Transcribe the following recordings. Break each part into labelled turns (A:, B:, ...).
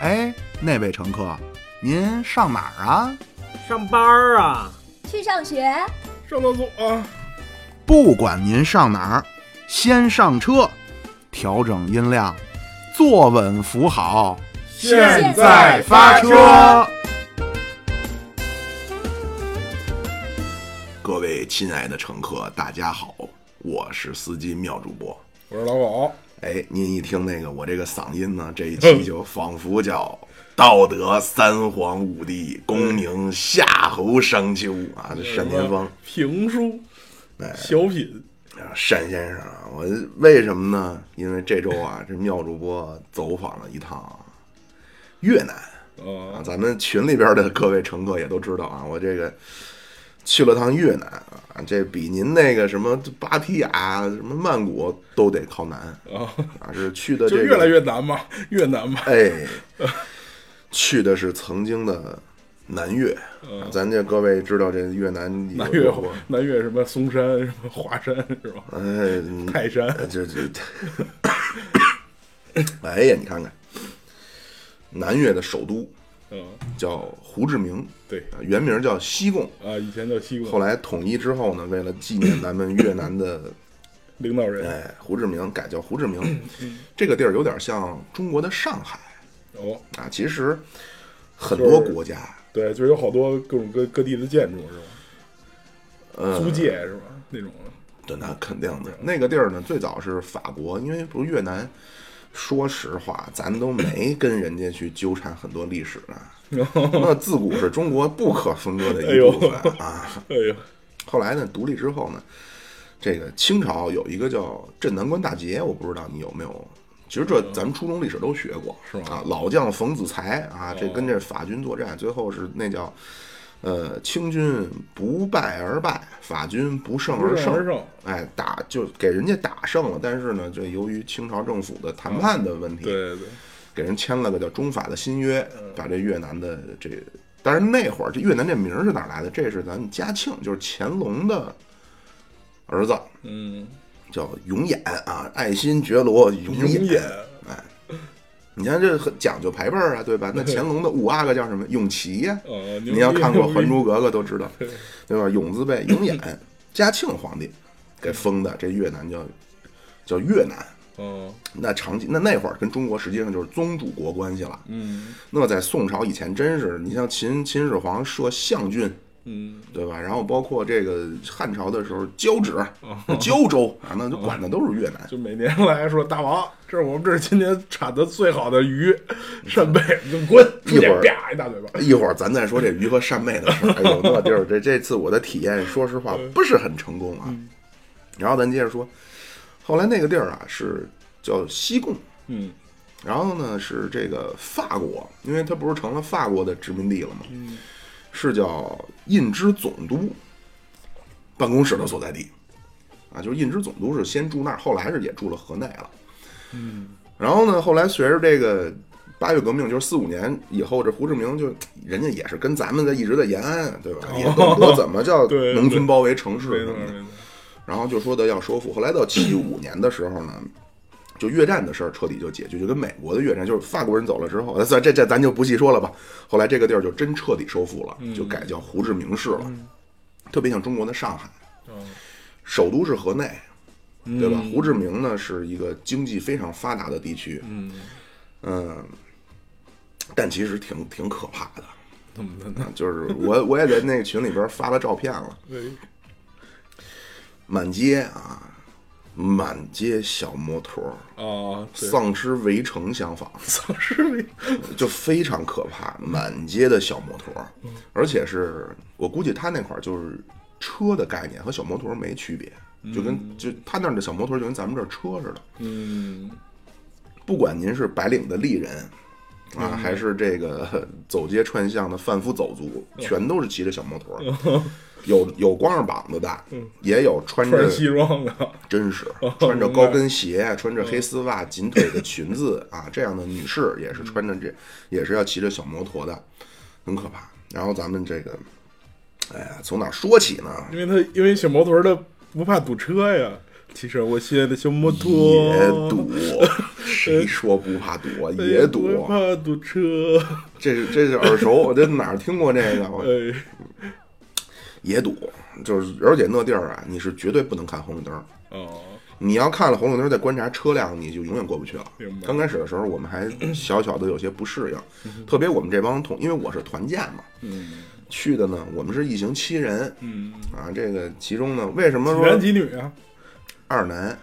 A: 哎，那位乘客，您上哪儿啊？
B: 上班儿啊，
C: 去上学，
D: 上厕所啊，
A: 不管您上哪儿，先上车，调整音量，坐稳扶好，
C: 现在发
A: 车。各位亲爱的乘客，大家好，我是司机妙主播。
D: 我是老狗，
A: 哎，您一听那个我这个嗓音呢，这一
D: 嗯
A: 期就仿佛叫道德三皇五帝，功名夏侯商丘啊，这单田芳。
D: 评书
A: 哎，
D: 小品，
A: 啊，单先生啊，我为什么呢？因为这周啊，这妙主播走访了一趟越南啊，
D: 啊，
A: 咱们群里边的各位乘客也都知道啊，我这个去了趟越南啊，这比您那个什么芭提雅、什么曼谷都得靠南
D: 啊，
A: 啊，是去的这
D: 就
A: 个
D: 越来越难嘛，越难嘛，
A: 哎，去的是曾经的南越，啊咱这各位知道这越南有
D: 嗯南越
A: 有
D: 南越什么嵩山什么华山是吧？
A: 哎，
D: 泰山
A: 呃这这，哎呀，你看看，南越的首都
D: 嗯，
A: 叫胡志明，
D: 对
A: 啊原名叫西贡。
D: 啊，以前叫西贡，
A: 后来统一之后呢，为了纪念咱们越南的
D: 领导人
A: 哎胡志明，改叫胡志明。
D: 嗯
A: 这个地儿有点像中国的上海
D: 哦，
A: 啊，其实很多
D: 就是
A: 国家，
D: 对，就是有好多各种各各地的建筑是吧？
A: 呃，
D: 租界是吧？那种
A: 对，那肯定的。那个地儿呢，最早是法国，因为不是越南。说实话，咱都没跟人家去纠缠很多历史啊。 那自古是中国不可分割的
D: 哎
A: 一
D: 呦
A: 部分啊。
D: 哎呦，
A: 后来呢，独立之后呢，这个清朝有一个叫镇南关大捷，我不知道你有没有。其实
D: 嗯
A: 这咱们初中历史都学过，
D: 是吗
A: 啊，老将冯子材
D: 哦
A: 啊，这跟这法军作战，最后是那叫，呃，清军不败而败，法军不胜而
D: 不胜
A: 胜，
D: 而胜
A: 哎，打就给人家打胜了，但是呢，这由于清朝政府的谈判的问题，
D: 对对，
A: 给人签了个叫中法的新约，把这越南的这，但是那会儿这越南这名儿是哪儿来的？这是咱们嘉庆，就是乾隆的儿子，
D: 嗯，
A: 叫永琰啊，爱新觉罗永
D: 永
A: 琰
D: 琰。
A: 哎，你看这很讲究排辈儿啊，对吧？那乾隆的五阿哥叫什么？永琪呀、
D: 哦，
A: 你要看过《还
D: 珠
A: 珠格格》都知道，对吧？永字辈，永琰，嘉庆皇帝给封的，这越南叫叫越南。》，
D: 嗯
A: 那长期那那会儿跟中国实际上就是宗主国关系了。
D: 嗯
A: 那在宋朝以前，真是你像秦秦始皇设象郡，
D: 嗯，
A: 对吧？然后包括这个汉朝的时候，交趾、胶州啊，那就管的都是越南。
D: 就每年来说大王，这是我们这儿今年产的最好的鱼，扇贝，你就滚出
A: 一
D: 去
A: 会儿，
D: 啪一大嘴巴。
A: 一会儿咱再说这鱼和扇贝的事儿。哎呦，那地儿这这次我的体验，说实话不是很成功啊。然后咱接着说，后来那个地儿啊是叫西贡，
D: 嗯，
A: 然后呢是这个法国，因为它不是成了法国的殖民地了吗？是叫印支总督办公室的所在地啊，就是印支总督是先住那儿，后来是也住了河内了。嗯，然后呢，后来随着这个八月革命，就是四五年以后，这胡志明就人家也是跟咱们在一直在延安，对吧？也懂得怎么叫
D: 哦对对
A: 农村包围城市
D: 没
A: 什
D: 错
A: 么的。
D: 没错。
A: 然后就说的要收复。后来到七五年的时候呢，就越战的事儿彻底就解决，就跟美国的越战，就是法国人走了之后，这这这咱就不细说了吧。后来这个地儿就真彻底收复了，就改叫胡志明市了，特别像中国的上海，
D: 嗯
A: 首都是河内。对吧？胡志明呢是一个经济非常发达的地区，嗯但其实挺挺可怕的。
D: 怎么的呢？
A: 啊就是我我也在那个群里边发了照片了，满街啊，满街小摩托儿，
D: 啊，对，
A: 丧尸围城相仿，
D: 丧尸里
A: 就非常可怕，满街的小摩托儿，
D: 嗯
A: 而且是我估计他那块儿就是车的概念和小摩托儿没区别，就跟就他那儿的小摩托儿就跟咱们这儿车似的，
D: 嗯，
A: 不管您是白领的丽人。
D: 嗯
A: 啊，还是这个呵走街串巷的贩夫走卒，
D: 嗯
A: 全都是骑着小摩托儿，有有光着膀子的，也有穿着
D: 嗯穿西装的，
A: 真是
D: 哦
A: 穿着
D: 明白
A: 高跟鞋，穿着黑丝袜、紧腿的裙子啊，这样的女士也是穿着这，也是要骑着小摩托的，很可怕。然后咱们这个，哎呀，从哪儿说起呢？
D: 因为他因为小摩托的不怕堵车呀，骑上我心爱的小摩托，
A: 也 堵，谁说不怕堵啊？也堵，
D: 我哎怕堵车。
A: 这是这是耳熟，我这哪儿听过这个？我
D: 哎，
A: 也堵，就是而且那地儿啊，你是绝对不能看红绿灯儿。
D: 哦，
A: 你要看了红绿灯儿再观察车辆，你就永远过不去了
D: 明。白
A: 刚开始的时候，我们还小小的有些不适应，特别我们这帮同，因为我是团建嘛，
D: 嗯
A: 去的呢，我们是一行七人
D: 嗯，
A: 啊。这个其中呢，为什么
D: 几男
A: 说
D: 几女啊？
A: 二男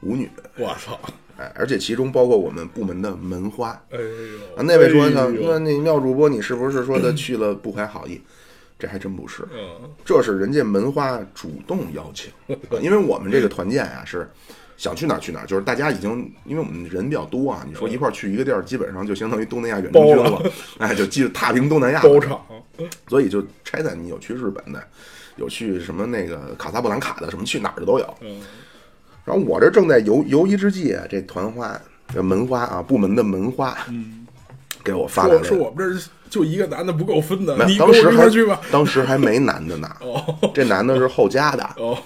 A: 五女？
D: 我操！
A: 哎，而且其中包括我们部门的门花
D: 哎呦，
A: 啊。那位说呢
D: 哎，呦
A: 那那妙主播，你是不是说的去了不怀好意？这还真不是，
D: 嗯
A: 这是人家门花主动 邀请，啊因为我们这个团建啊是想去哪儿去哪儿，就是大家已经因为我们人比较多啊，你说一块儿去一个地儿，基本上就相当于东南亚远征军
D: 包
A: 了， 哎，就记着踏平东南亚了，
D: 包场，
A: 所以就拆散你有去日本的，有去什么那个卡萨布兰卡的，什么去哪儿的都有。
D: 嗯
A: 然后我这正在游游移之际，这团花这门花啊，部门的门花
D: 嗯，
A: 给我发来
D: 说
A: 了，
D: 说我们这儿就一个男的不够分的，
A: 没
D: 你
A: 有
D: 跟
A: 当
D: 我
A: 时
D: 一块
A: 还
D: 儿去吧。
A: 当时还没男的呢，
D: 哦
A: 这男的是后加的。
D: 哦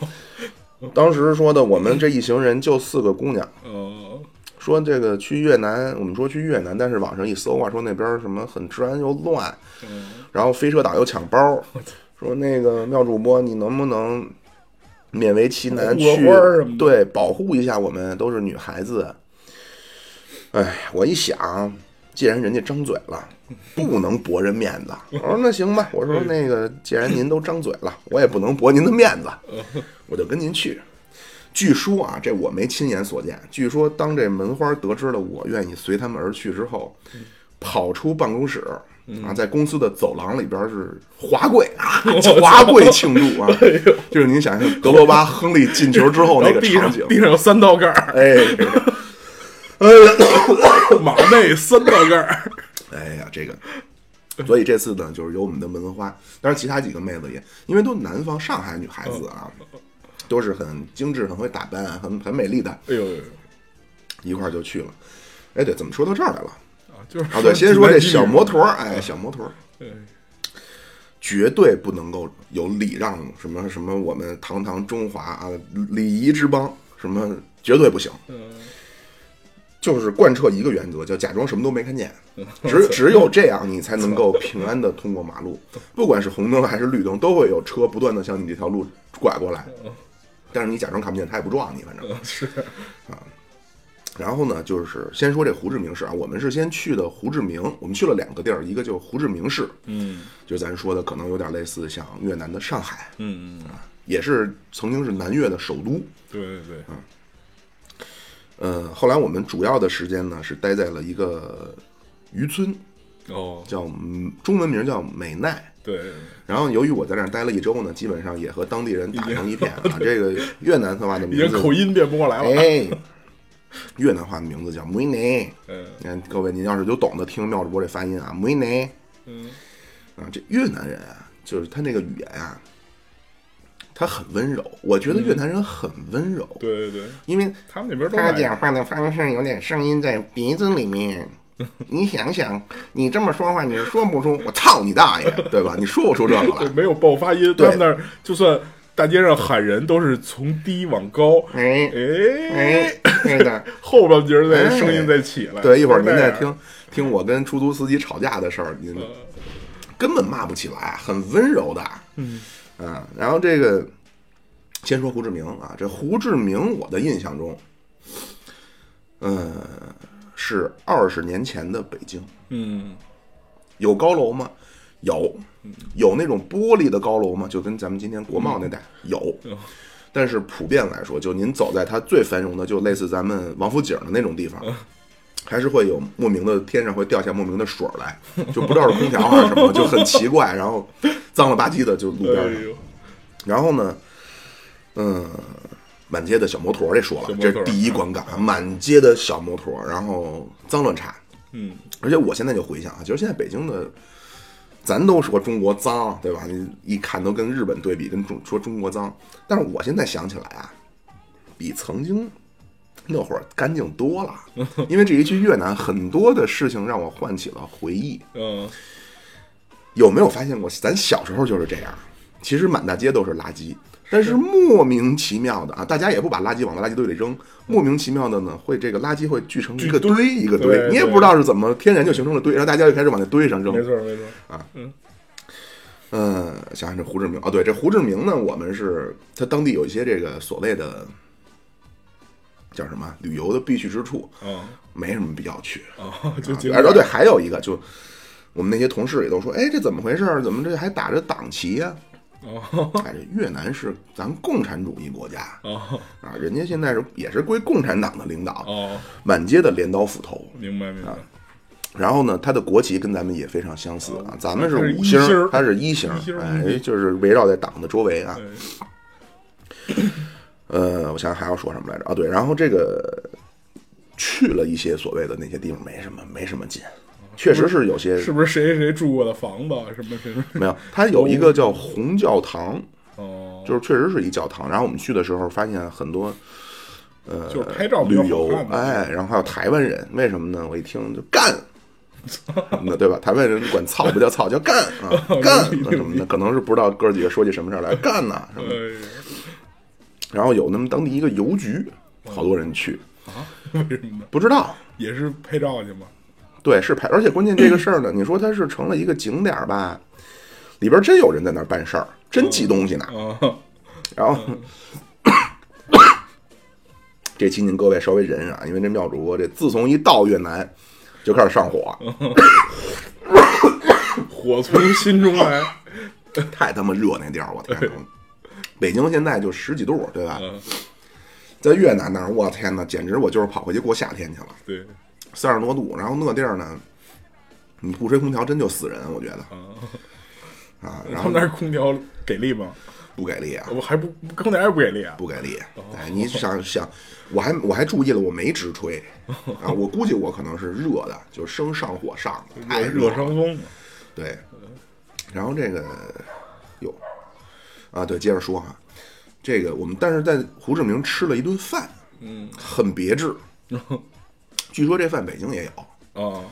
A: 当时说的我们这一行人就四个姑娘，
D: 哦，
A: 说这个去越南，我们说去越南，但是网上一搜啊，说那边什么很治安又乱，
D: 嗯
A: 然后飞车党又 抢包，说那个妙主播，你能不能勉为其
D: 护
A: 难
D: 个
A: 去
D: 花儿什么的
A: 对保护一下我们都是女孩子？哎，我一想，既然人家张嘴 了，不能驳人面子。我说那行吧，我说那个既然您都张嘴了，我也不能驳您的面子，我就跟您去。据说啊，这我没亲眼所见。据说当这门花得知了我愿意随他们而去之后，
D: 嗯
A: 跑出办公室啊，在公司的走廊里边是 华贵啊，华贵庆祝啊，就是您想象德罗巴、亨利进球之后那
D: 哎 然后
A: 个
D: 地
A: 场
D: 上
A: 景，
D: 地上有三道杠儿，
A: 哎，
D: 马内三道杠儿。
A: 哎呀，这个。所以这次呢，就是有我们的门花，当然其他几个妹子也，因为都南方上海女孩子
D: 嗯
A: 啊，都是很精致、很会打扮、啊很很美丽的，
D: 哎呦，
A: 一块儿就去了。哎，对，怎么说到这儿来了？
D: 啊，就是
A: 啊，对，先说这小摩
D: 摩
A: 托，哎，小摩托绝对不能够有礼让什么什么，我们堂堂中华啊，礼仪之邦什么绝对不行，
D: 嗯，
A: 就是贯彻一个原则，叫假装什么都没看见，只只有这样你才能够平安的通过马路，不管是红灯还是绿灯，都会有车不断的向你这条路拐过来，但是你假装看不见，他也不撞你，反正。
D: 是
A: 然后呢，就是先说这胡志明市啊，我们是先去的胡志明，我们去了两个地儿，一个就胡志明市，
D: 嗯
A: 就咱说的可能有点类似像越南的上海，
D: 嗯嗯，
A: 也是曾经是南越的首都。
D: 对对对，
A: 呃，后来我们主要的时间呢是待在了一个渔村，
D: 哦
A: 叫嗯中文名叫美奈。
D: 对，
A: 然后由于我在那儿待了一周呢，基本上也和当地人打成一片 啊。这个越南话的
D: 已
A: 名
D: 经
A: 字，
D: 口音变不过来了。
A: 哎，越南话的名字叫梅奈。
D: 嗯
A: 你看各位，您要是有懂的，听妙主播这发音啊，梅奈
D: 嗯
A: 啊，这越南人啊，就是他那个语言啊，他很温柔。我觉得越南人很温柔，
D: 嗯对对对，
A: 因为
D: 他们那边都
A: 他
D: 来
A: 讲话的方式有点声音在鼻子 里面。你想想，你这么说话，你说不出“我操你大爷”，对吧？你说不出这个
D: 对
A: 来。
D: 没有爆发音，
A: 对
D: 他们那儿就算大街上喊人都是从低往高，
A: 哎
D: 哎，
A: 哎，对的，
D: 后半截儿再
A: 哎
D: 声音再起来。
A: 对，一会儿您
D: 那
A: 再
D: 样
A: 听听我跟出租司机吵架的事儿，您根本骂不起来，很温柔的。嗯啊，然后这个先说胡志明啊，这胡志明我的印象中，呃，是二十年前的北京。
D: 嗯，
A: 有高楼吗？有，有那种玻璃的高楼吗？就跟咱们今天国贸那带有，
D: 嗯
A: 但是普遍来说，就您走在它最繁荣的，就类似咱们王府井的那种地
D: 嗯
A: 方，还是会有莫名的天上会掉下莫名的水儿来，就不知道是空调还是什么，就很奇怪，然后脏了吧唧的就路
D: 哎
A: 边上。
D: 呦，
A: 然后呢，嗯，满街的小摩托，这说
D: 小
A: 了，
D: 摩
A: 这
D: 托
A: 是第一观感，啊满街的小摩托，然后脏乱差。
D: 嗯，
A: 而且我现在就回想啊，就是现在北京的，咱都说中国脏，对吧？你一看都跟日本对比，跟中说中国脏。但是我现在想起来啊，比曾经那会儿干净多了， 因为这一去越南，很多的事情让我唤起了回忆。
D: 嗯，
A: 有没有发现过，咱小时候就是这样，其实满大街都是垃圾，但是莫名其妙的啊，大家也不把垃圾往垃圾堆里扔，莫名其妙的呢，会这个垃圾会聚成一个
D: 聚堆
A: 堆一个
D: 对
A: 堆，
D: 对
A: 你也不知道是怎么天然就形成了堆，然后大家就开始往那堆上扔
D: 没。错没错，
A: 嗯，想想这胡志明哦，对，这胡志明呢，我们是他当地有一些这个所谓的叫什么旅游的必去之处，
D: 嗯
A: 没什么必要去。
D: 哦，就景
A: 然后
D: 点
A: 啊对，还有一个就我们那些同事也都说，哎，这怎么回事儿？怎么这还打着党旗呀、
D: 哦
A: 哎，这越南是咱共产主义国家
D: 哦
A: 啊，人家现在是也是归共产党的领导，
D: 哦，
A: 满街的镰刀斧头。
D: 明白明白，
A: 啊然后呢，它的国旗跟咱们也非常相似啊，咱们是
D: 它哦是
A: 五
D: 一
A: 星
D: 星
A: 儿，
D: 儿
A: 它是一星儿
D: 一星，儿
A: 哎，就是围绕在党的周围啊。
D: 对
A: 呃，我想想还要说什么来着啊？对，然后这个去了一些所谓的那些地方，没什么，没什么劲，确实是有些
D: 是哦不是谁谁住过的房子啊什么什么？
A: 没有。它有一个叫红教堂，
D: 哦，
A: 就是确实是一教堂。然后我们去的时候发现很多呃
D: 就是拍照比较
A: 旅
D: 好
A: 游，
D: 看嘛，
A: 哎，然后还有台湾人，为什么呢？我一听就干。 什么的，对吧？台湾人管操不叫操，叫干啊 干
D: 牛逼
A: 那什么的，可能是不知道哥几个说起什么事儿来，干呐、什么的。
D: 哎
A: 然后有那么当地一个邮局，好多人去，
D: 呀，为什么呢？
A: 不知道
D: 也是拍照去吗？
A: 对，是拍，而且关键这个事儿 呢，你说它是成了一个景点儿吧，里边儿真有人在那儿办事儿，真寄东西呢。
D: 啊，
A: 然后，
D: 哦
A: 这期您各位稍微忍忍啊，因为这妙主播这自从一到越南就开始上火，
D: 火从心中来。
A: 太他妈热那地儿，我天
D: 对
A: 哪！北京现在就十几度，对吧？
D: 嗯，
A: 在越南那儿，我天哪，简直我就是跑回去过夏天去了，
D: 对，
A: 三十多度，然后那地儿呢，你不吹空调真就死人，我觉得
D: 啊，
A: 啊， 然
D: 他
A: 后
D: 们那儿空调给力吗？
A: 不给力啊，
D: 我还不空调也不给力啊？
A: 不给力。哎，你想想，我还我还注意了，我没直 吹啊，我估计我可能是热的，就生上火上的，太
D: 热
A: 热
D: 热
A: 了
D: 伤风嘛。
A: 对，然后这个有啊，对，接着说哈，这个我们但是在胡志明吃了一顿饭，嗯，很别致。据说这饭北京也有，
D: 啊，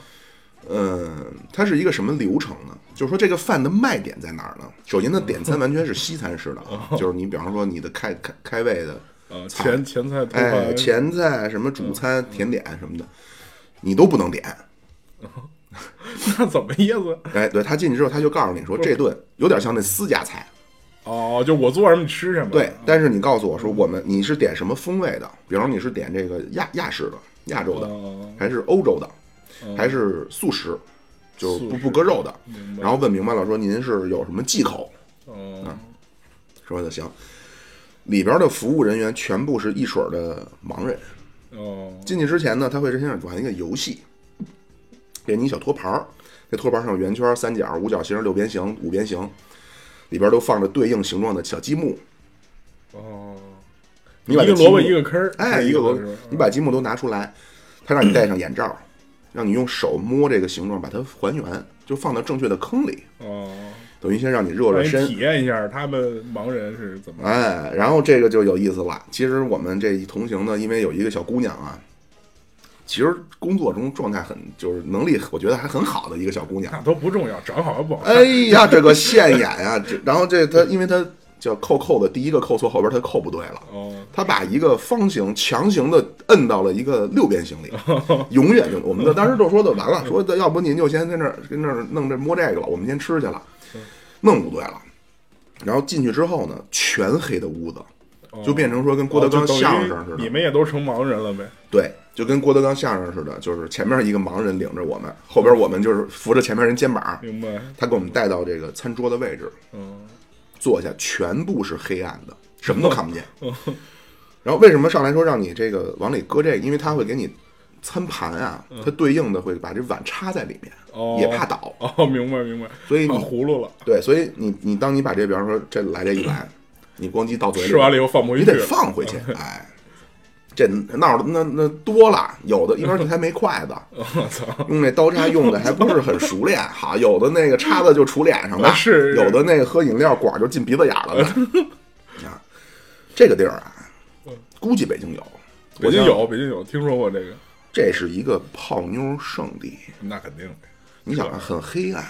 A: 嗯，它是一个什么流程呢？就是说这个饭的卖点在哪儿呢？首先，它点餐完全是西餐式的啊，就是你比方说你的开开开胃的
D: 呃，前前菜、头
A: 哎，
D: 饭、
A: 前菜什么主餐、甜点什么的，你都不能点。
D: 那怎么意思？
A: 哎，对他进去之后，他就告诉你说这顿有点像那私家菜，
D: 哦，就我做什么你吃什么。
A: 对。但是你告诉我说我们你是点什么风味的？比方你是点这个亚亚式的、亚洲的，
D: 哦
A: 还是欧洲的，还是素食，就是
D: 素
A: 不
D: 食嗯
A: 不割肉的
D: 明。白
A: 然后问明白了说您是有什么忌口，
D: 哦，
A: 说的行。里边的服务人员全部是一水儿的盲人。
D: 哦，
A: 进去之前呢，他会先让你玩一个游戏，给你一小托盘儿，这托盘上有圆圈、三角、五角星、六边形、五边形，里边都放着对应形状的小积木。
D: 哦，
A: 你把
D: 一
A: 这
D: 个
A: 积
D: 萝卜
A: 木
D: 一个坑儿，
A: 哎，一个萝卜
D: 是吧，
A: 你把积木都拿出来，他让你戴上眼罩，让你用手摸这个形状，把它还原，就放到正确的坑里，
D: 哦，
A: 等于先让你热
D: 让
A: 热
D: 你
A: 身
D: 体。验一下他们盲人是怎么。
A: 哎，然后这个就有意思了。其实我们这一同行呢，因为有一个小姑娘啊，其实工作中状态很就是能力，我觉得还很好的一个小姑娘。
D: 那都不重要，长好不好看。
A: 哎呀，这个现眼呀、这然后这他，因为他叫扣扣子，第一个扣错后边他扣不对了，
D: 哦，
A: 他把一个方形强行的摁到了一个六 边形里，永远就我们当时就说的完了，说的要不您就先在那儿跟那儿弄这摸这个吧，我们先吃去了，弄不对了。然后进去之后呢，全黑的屋子，就变成说跟郭德纲
D: 哦就等于
A: 相声似
D: 你
A: 的，
D: 们也都成盲人了呗？
A: 对，就跟郭德纲相声似的，就是前面一个盲人领着我们，后边我们就是扶着前面人肩膀，
D: 明白？
A: 他给我们带到这个餐桌的位置，
D: 嗯，
A: 坐下全部是黑暗的，什么都看 不见。
D: 嗯
A: 然后为什么上来说让你这个往里搁这个？因为他会给你餐盘啊，它对应的会把这碗插在里面，
D: 嗯哦，
A: 也怕倒。
D: 哦，明白明白。
A: 所以你
D: 放葫芦了，
A: 对，所以你你当你把这，比方说这来这一碗，你咣叽倒嘴里，
D: 吃完了以后放不回
A: 你
D: 去
A: 得放回 去。哎，这闹的那那多了，有的一般你还没筷子，
D: 我操！
A: 用那刀叉用的还不是很熟练，好，有的那个叉子就杵脸上了，
D: 是是
A: 有的那个喝饮料管儿就进鼻子眼儿了呢。 啊，这个地儿啊，估计北京有，
D: 嗯北京
A: 我想，
D: 有，北京有，听说过这个，
A: 这是一个泡妞圣地。
D: 那肯定。
A: 你想啊，很黑暗，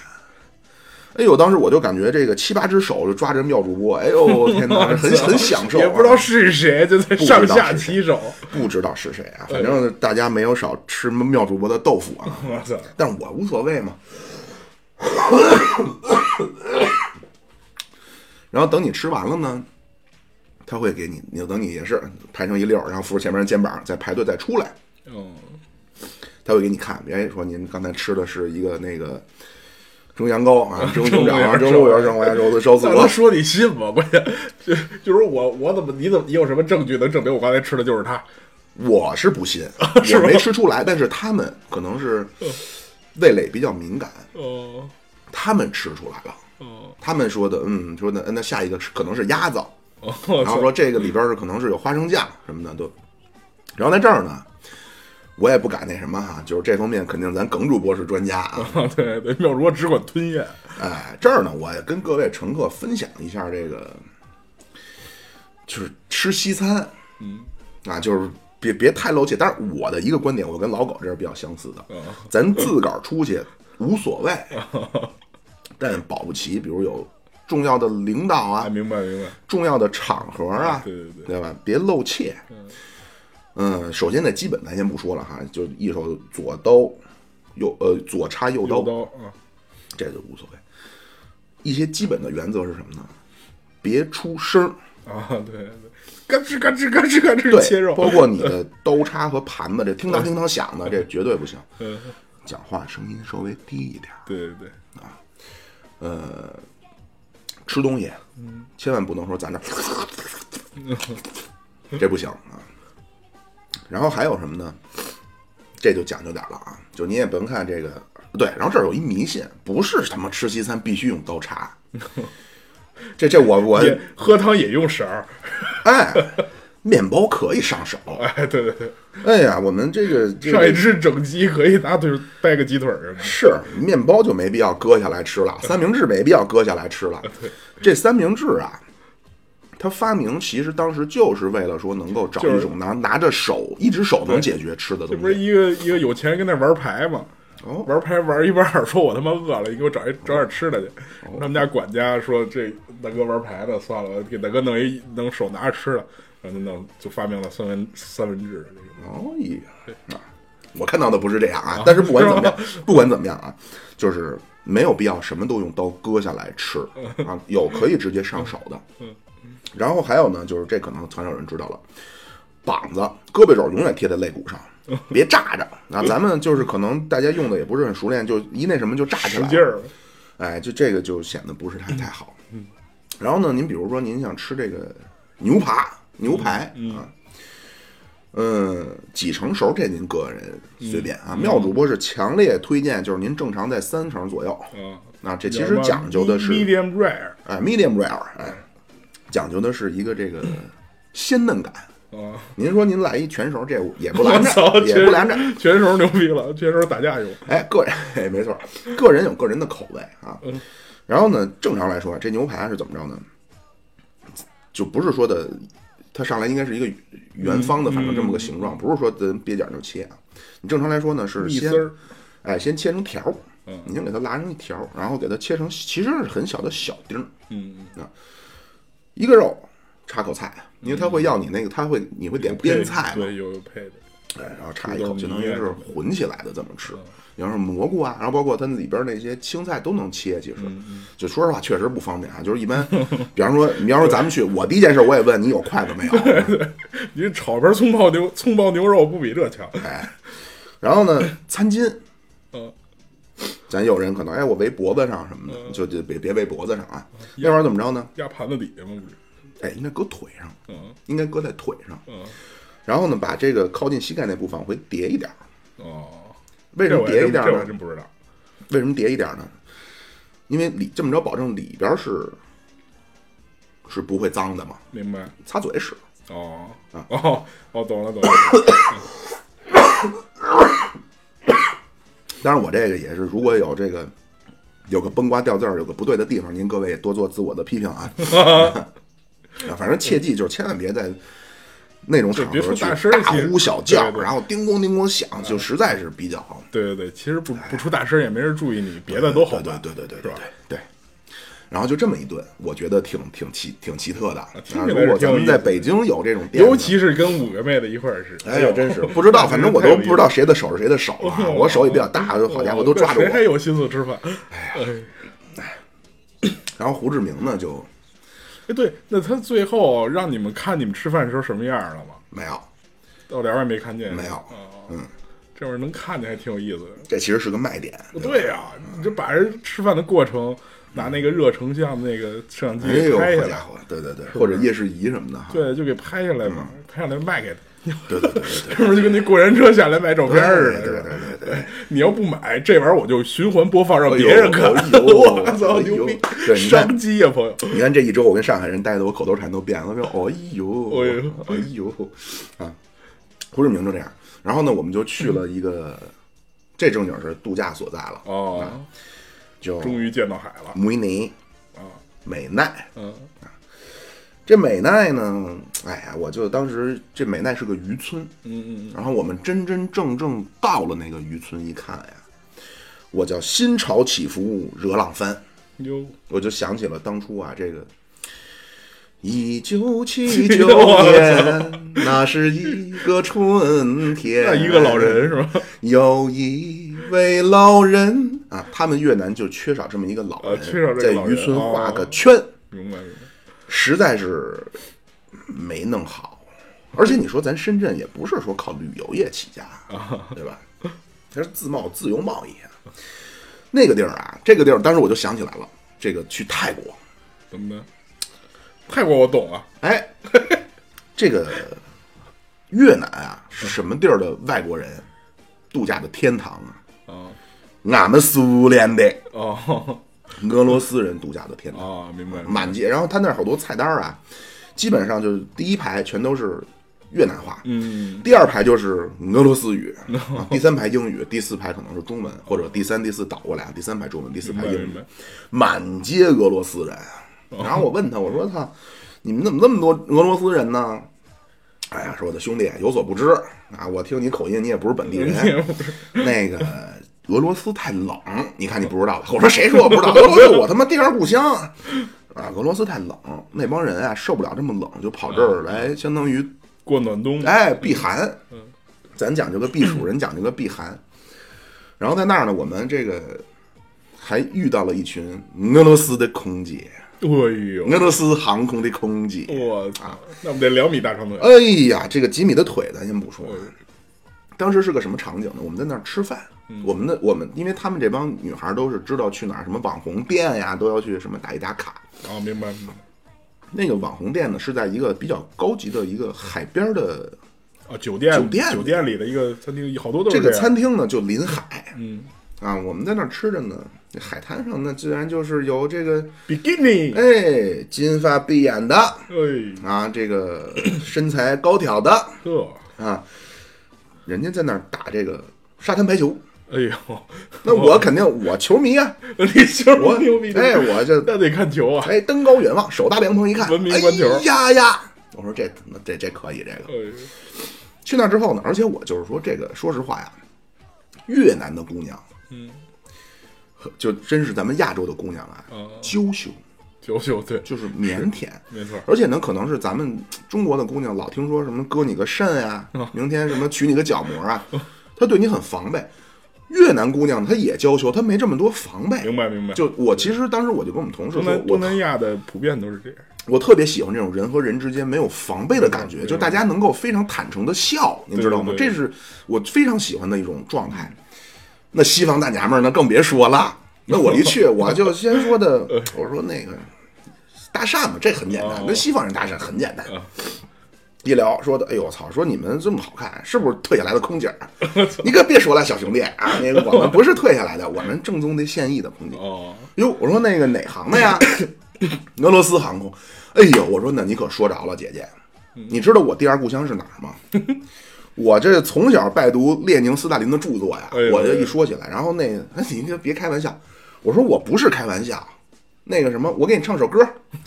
A: 哎呦，当时我就感觉这个七八只手就抓着妙主播，哎呦天哪，很 很享受啊、
D: 也不知道是谁，就在
A: 知道
D: 上
A: 是
D: 下其手。
A: 不知道是谁啊，
D: 哎
A: 反正大家没有少吃妙主播的豆腐啊，
D: 我操！
A: 但我无所谓嘛。 然后等你吃完了呢，他会给你，你等你也是排成一溜儿，然后扶着前面人肩膀再排队再出来，
D: 嗯，
A: 他会给你看，哎，说您刚才吃的是一个那个蒸羊羔啊， 蒸熊掌啊，蒸鹿圆生 丸、肉丝烧子
D: 但
A: 鹅
D: 他，说你信吗？关键就就是我，我怎么你怎么你有什么证据能证明我刚才吃的就是它？
A: 我 是不信，我没吃出来，但是他们可能是味蕾比较敏感，
D: 哦
A: 他们吃出来了。
D: 哦
A: 他们说的，嗯，说的，那下一个是可能是鸭子，
D: 哦！
A: 然后说这个里边是可能是有花生酱什么的都。然后在这儿呢，我也不敢那什么哈、就是这方面肯定咱耿主播是专家 啊。
D: 啊，对对，妙如我只管吞咽。
A: 哎，这儿呢，我也跟各位乘客分享一下这个，就是吃西餐，嗯，啊，就是别别太露怯。但是我的一个观点，我跟老狗这是比较相似的，咱自个儿出去无所谓，但保不齐，比如有重要的领导啊
D: 啊，，明白明白。
A: 重要的场合啊，
D: 对对对
A: 吧？别露怯。嗯，首先在基本咱先不说了哈，就一手左刀，右呃左插右刀，
D: 刀刀啊，
A: 这就无所谓。一些基本的原则是什么呢？别出声 儿，
D: 啊，对对，嘎吱嘎吱嘎吱嘎吱切
A: 对，
D: 肉，
A: 包括你的刀叉和盘子，这叮当叮当响的，这绝对不行。
D: 嗯，
A: 讲话声音稍微低一点儿，
D: 对对对，
A: 呃吃东西，千万不能说咱这， 这不行啊。然后还有什么呢？这就讲究点儿了啊，就你也甭看这个，对。然后这儿有一迷信，不是他妈吃西餐必须用刀叉，这这我我
D: 也喝汤也用勺儿，
A: 哎，面包可以上手。
D: 哎，对对
A: 哎呀，我们这个这
D: 对，上一
A: 个
D: 只整鸡可以拿腿掰个鸡腿儿什么的，
A: 是面包就没必要割下来吃了，三明治没必要割下 来吃了。这三明治啊，它发明其实当时就是为了说能够找
D: 就是
A: 一种拿拿着手一只手能解决吃的
D: 这
A: 东
D: 不是
A: 西。
D: 一个一个有钱人跟那玩牌吗？
A: 哦
D: 玩牌玩一半儿，说我他妈饿了，你给我找一找点吃的去。
A: 哦
D: 他们家管家说这大哥玩牌的，算了，我给大哥弄一能手拿着吃的，然后就弄就发明了三文三文治这个。
A: 哦呀，啊我看到的不是这样啊，但是不管怎么样，不管怎么样啊，就是没有必要什么都用刀割下来吃
D: 嗯
A: 啊，有可以直接上手的。然后还有呢，就是这可能很少有人知道了，膀子、胳膊肘永远贴在肋骨 上，别炸着。啊，咱们就是可能大家用的也不是很熟练，就一那什么就炸起
D: 使
A: 来
D: 劲
A: 了。
D: 儿，
A: 哎，就这个就显得不是太
D: 嗯
A: 太好。然后呢，您比如说您想吃这个牛扒、牛排、
D: 嗯
A: 啊，嗯，几成熟这您个人
D: 嗯
A: 随便啊。妙主播是强烈推荐，就是您正常在三成左右。
D: 嗯，
A: 啊，这其实讲究的是
D: medium rare
A: 哎 medium rare，哎，讲究的是一个这个鲜嫩感。
D: 啊。
A: 您说您来一全熟，这也不
D: 我
A: 拦
D: 操，
A: 着，也
D: 全
A: 不拦着。
D: 全手牛逼了，全手打架用。
A: 哎，个人、 哎、没错，个人有个人的口味啊。
D: 嗯
A: 然后呢，正常来说，啊这牛排是怎么着呢？就不是说的，它上来应该是一个圆方
D: 嗯
A: 的，反正这么个形状，不是说咱蹩脚就切啊。你正常来说呢，是
D: 蜜
A: 先
D: 丝儿，嗯
A: 哎先切成条儿，你先给它拉成一条儿，然后给它切成其实是很小的小丁儿，啊
D: 嗯，
A: 一个肉插口菜，因为它会要你那个，它会你会点边菜嘛，
D: 对，有有配的，
A: 哎，然后插一口，就等于是混起来的这么吃。
D: 嗯
A: 你要是蘑菇啊，然后包括它里边那些青菜都能切，其实
D: 嗯
A: 就说实话确实不方便啊。就是一般，比方说你要是咱们去，我第一件事我也问你有筷子 没有，
D: 你这炒盘葱爆牛葱爆牛肉不比这强？
A: 哎，然后呢餐巾，
D: 嗯，
A: 咱有人可能哎我围脖子上什么的，就就别别围脖子上啊。
D: 嗯
A: 那玩意儿怎么着呢？
D: 压盘子底下吗？不是，
A: 哎，应该搁腿上，
D: 嗯
A: 应该搁在腿上，
D: 嗯，
A: 然后呢把这个靠近膝盖那部分往回叠一点儿。
D: 哦，
A: 为什
D: 这
A: 么
D: 我还
A: 叠一
D: 真
A: 点
D: 这我还
A: 儿呢？
D: 真不知道。
A: 为什么叠一点儿呢？因为里这么着保证里边儿是是不会脏的嘛，
D: 明白。
A: 擦嘴使。
D: 哦
A: 啊
D: 哦哦，懂了 懂了。
A: 当然我这个也是，如果有这个有个崩瓜掉字儿，有个不对的地方，您各位也多做自我的批 评啊。啊反正切记就是千万别在那种场
D: 别
A: 合
D: 出
A: 去
D: 大声儿
A: 大
D: 其实
A: 呼小叫
D: 对，对
A: 然后叮咣叮咣响，就实在是比较
D: 对对对，其实不不出大声也没人注意你，别的都好
A: 哎对
D: 办。
A: 对对对对对
D: 是吧
A: 对。然后就这么一顿，我觉得挺挺奇挺奇特的。啊
D: 听起来
A: 如果
D: 是挺
A: 咱
D: 有
A: 们
D: 意
A: 在
D: 思的
A: 北京有这种店呢，
D: 尤其是跟五个妹子一块儿吃，
A: 哎呦，真是 不知道，反正我都不知道谁的手是谁的手啊
D: 哎呦。
A: 我手也比较大，好家伙都抓住
D: 哦谁还
A: 我。
D: 有心思吃饭？哎呀，
A: 然后胡志明呢就
D: 哎对，那他最后让你们看你们吃饭的时候什么样了吗？
A: 没有，
D: 到帘外没看见，
A: 没有
D: 哦、嗯，这玩意儿能看见还挺有意思的。
A: 这其实是个卖点。
D: 对呀、你就把人吃饭的过程拿那个热成像那个摄像机
A: 哎呦，
D: 拍下
A: 好
D: 来
A: 家，伙，对对对，或者夜视仪什么的哈。
D: 对，就给拍下来嘛，拍下来卖给他。
A: 嗯对对对对对。
D: 是不是就跟那过山车下来买照片似的？
A: 对
D: 是吧
A: 对对对对，
D: 你要不买这玩意儿，我就循环播放让别人看。
A: 哎呦哎呦
D: 我操，
A: 哎呦
D: 牛逼！
A: 对你看
D: 商机呀，朋友。
A: 你看这一周我跟上海人待的，我口头禅都变了，说哎
D: 哎
A: 呦
D: 呦，
A: 哎呦，啊，胡志明就这样。然后呢，我们就去了一个，这正经是度假所在了，
D: 哦，
A: 嗯就
D: 终于见到海了。
A: 梅尼
D: 啊，
A: 美奈。
D: 嗯，
A: 这美奈呢，哎呀，我就当时这美奈是个渔村，
D: 嗯嗯
A: 然后我们真真正正到了那个渔村一看呀，我叫心潮起伏惹浪翻，
D: 嗯，哟，
A: 我就想起了当初啊，这个一九七 九年，那是一个春 天，
D: 那一个老人是吧？
A: 有一位老人啊，他们越南就缺少这么一个老人，
D: 啊缺少这个
A: 在
D: 老
A: 渔
D: 人
A: 村
D: 哦
A: 画个圈，
D: 明白明白。
A: 实在是没弄好。而且你说咱深圳也不是说靠旅游业起家，
D: 啊
A: 对吧？它是自贸自由贸易啊。那个地儿啊，这个地儿，当时我就想起来了，这个去泰国，
D: 怎么的？泰国我懂啊，
A: 哎， 这个越南啊，是什么地儿的外国人度假的天堂啊？
D: 啊
A: 俺们苏联的
D: 哦
A: 俄罗斯人度假的天堂，
D: 哦，明白。
A: 满街。然后他那儿好多菜单儿啊，基本上就是第一排全都是越南话，
D: 嗯，
A: 第二排就是俄罗斯语，啊第三排英语，第四排可能是中文，或者第三、第四倒过来啊，第三排中文，第四
D: 明
A: 排
D: 白
A: 英语
D: 明。白。哦
A: 满街俄罗斯人。然后我问他，我说：“操，你们怎么这么多俄罗斯人呢？”哎呀，说我的兄弟有所不知啊，我听你口音，你也不是本地人。 那个俄罗斯太冷，你看你不知道吧？我说谁说我不知道？俄罗斯我他妈地方故乡啊！俄罗斯太冷，那帮人啊受不了这么冷，就跑这儿来，相当于
D: 过暖冬，
A: 哎，避寒。咱讲究个避暑，人讲究个避寒。然后在那儿呢，我们这个还遇到了一群俄罗斯的空姐，
D: 哎呦，
A: 俄罗斯航空的空姐。
D: 我操，那我们得两米大长腿。
A: 哎呀，这个几米的腿咱先不说啊。当时是个什么场景呢？我们在那儿吃饭，我们的我们，因为他们这帮女孩都是知道去哪儿，什么网红店呀，都要去什么打一打卡。
D: 哦，明白明白。
A: 那个网红店呢，是在一个比较高级的一个海边儿的
D: 啊，酒店
A: 酒店
D: 酒店里的一个餐厅，好多都是
A: 这个
D: 样
A: 餐厅呢，就临海，
D: 嗯
A: 啊，我们在那儿吃着呢，这海滩上呢，自然就是有这个
D: ，bikini，
A: 哎金发碧眼的
D: 哎，
A: 啊，这个身材高挑的
D: 这，
A: 啊，人家在那儿打这个沙滩排球，
D: 哎呦，
A: 那我肯定我球迷啊，
D: 你球
A: 我
D: 牛逼，
A: 哎我就
D: 那得看球啊，
A: 哎登高远望，手搭凉棚一看，
D: 文明观球
A: 哎呀呀，我说这这这可以这个
D: 哎，
A: 去那之后呢，而且我就是说这个，说实话呀，越南的姑娘，
D: 嗯，
A: 就真是咱们亚洲的姑娘啊，
D: 啊，
A: 娇羞，
D: 九九对，
A: 就是腼腆。
D: 没错，
A: 而且呢，可能是咱们中国的姑娘老听说什么割你个肾呀、
D: 哦
A: 明天什么取你个角膜啊，她对你很防备。越南姑娘她也娇羞，她没这么多防备。
D: 明白明白。
A: 就我其实当时我就跟我们同事
D: 东
A: 说，
D: 南
A: 我
D: 东南亚的普遍都是这样，
A: 我特别喜欢这种人和人之间没有防备的感觉，
D: 嗯
A: 就大家能够非常坦诚的笑，您知道吗？
D: 对对
A: 这是我非常喜欢的一种状态。那西方大娘们儿那更别说了，那我一去我就先说 的，我说那个搭讪嘛，这很简单
D: 嗯哦，
A: 跟西方人搭讪很简单
D: 啊。
A: 一聊说的，哎呦我操！说你们这么好看，是不是退下来的空姐 儿？你可别说了，小兄弟啊，那个我们不是退下来的，我们正宗的现役的空姐。
D: 哦，
A: 哟，我说那个哪行的呀？ 俄罗斯航空。哎呦，我说那你可说着了，姐姐，
D: 嗯
A: 你知道我第二故乡是哪 儿吗？我这从小拜读列宁、斯大林的著作呀
D: 哎呦，
A: 我这一说起来，然后那个，哎你就别开玩笑。我说我不是开玩笑，那个什么，我给你唱首歌，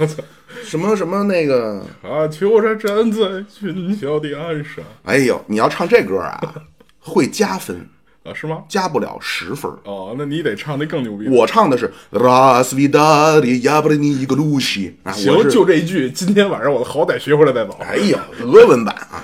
A: 什么什么那个，
D: 啊，球儿站在群小的岸上，
A: 哎呦，你要唱这歌啊，会加分。
D: 啊，是吗？
A: 加不了十分儿。
D: 哦，那你得唱那更牛逼。
A: 我唱的是 Las v i d a d y a b r n i g l u s h 啊，我
D: 行，
A: 是
D: 就这一句，今天晚上我好歹学回来再走。
A: 哎呦，俄文版啊，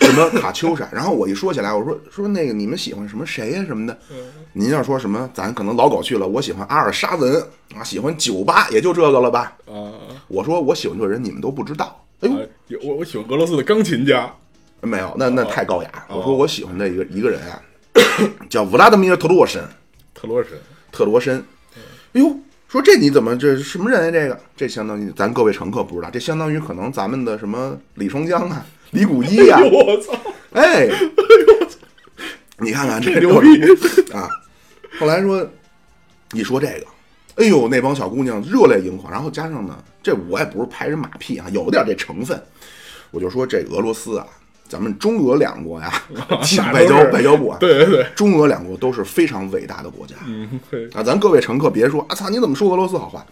A: 什么卡秋莎。然后我一说起来，我说说那个你们喜欢什么谁呀、什么的，
D: 嗯
A: 您要说什么，咱可能老狗去了，我喜欢阿尔沙文啊，喜欢酒吧，也就这个了吧。
D: 啊，
A: 我说我喜欢这个人，你们都不知道。哎呦，
D: 啊有我我喜欢俄罗斯的钢琴家，
A: 没有，那那太高雅。
D: 哎哦
A: 我说我喜欢的一个一个人啊，叫弗拉德米尔特洛申，
D: 特洛神。
A: 特罗申。
D: 嗯
A: 哎呦，说这你怎么这什么人呀、这个这相当于咱各位乘客不知道，这相当于可能咱们的什么李双江啊、李谷一啊
D: 哎呦，我操，
A: 哎，你看看这
D: 牛逼！
A: 啊！后来说一说这个，哎呦，那帮小姑娘热烈迎欢，然后加上呢，这我也不是拍人马屁啊，有点这成分。我就说这俄罗斯啊，咱们中俄两国 呀，请
D: 那
A: 外
D: 都
A: 交
D: 是
A: 外交部啊，
D: 对对对，
A: 中俄两国都是非常伟大的国家。
D: 嗯，对，
A: 啊，咱各位乘客别说啊，操，你怎么说俄罗斯好话？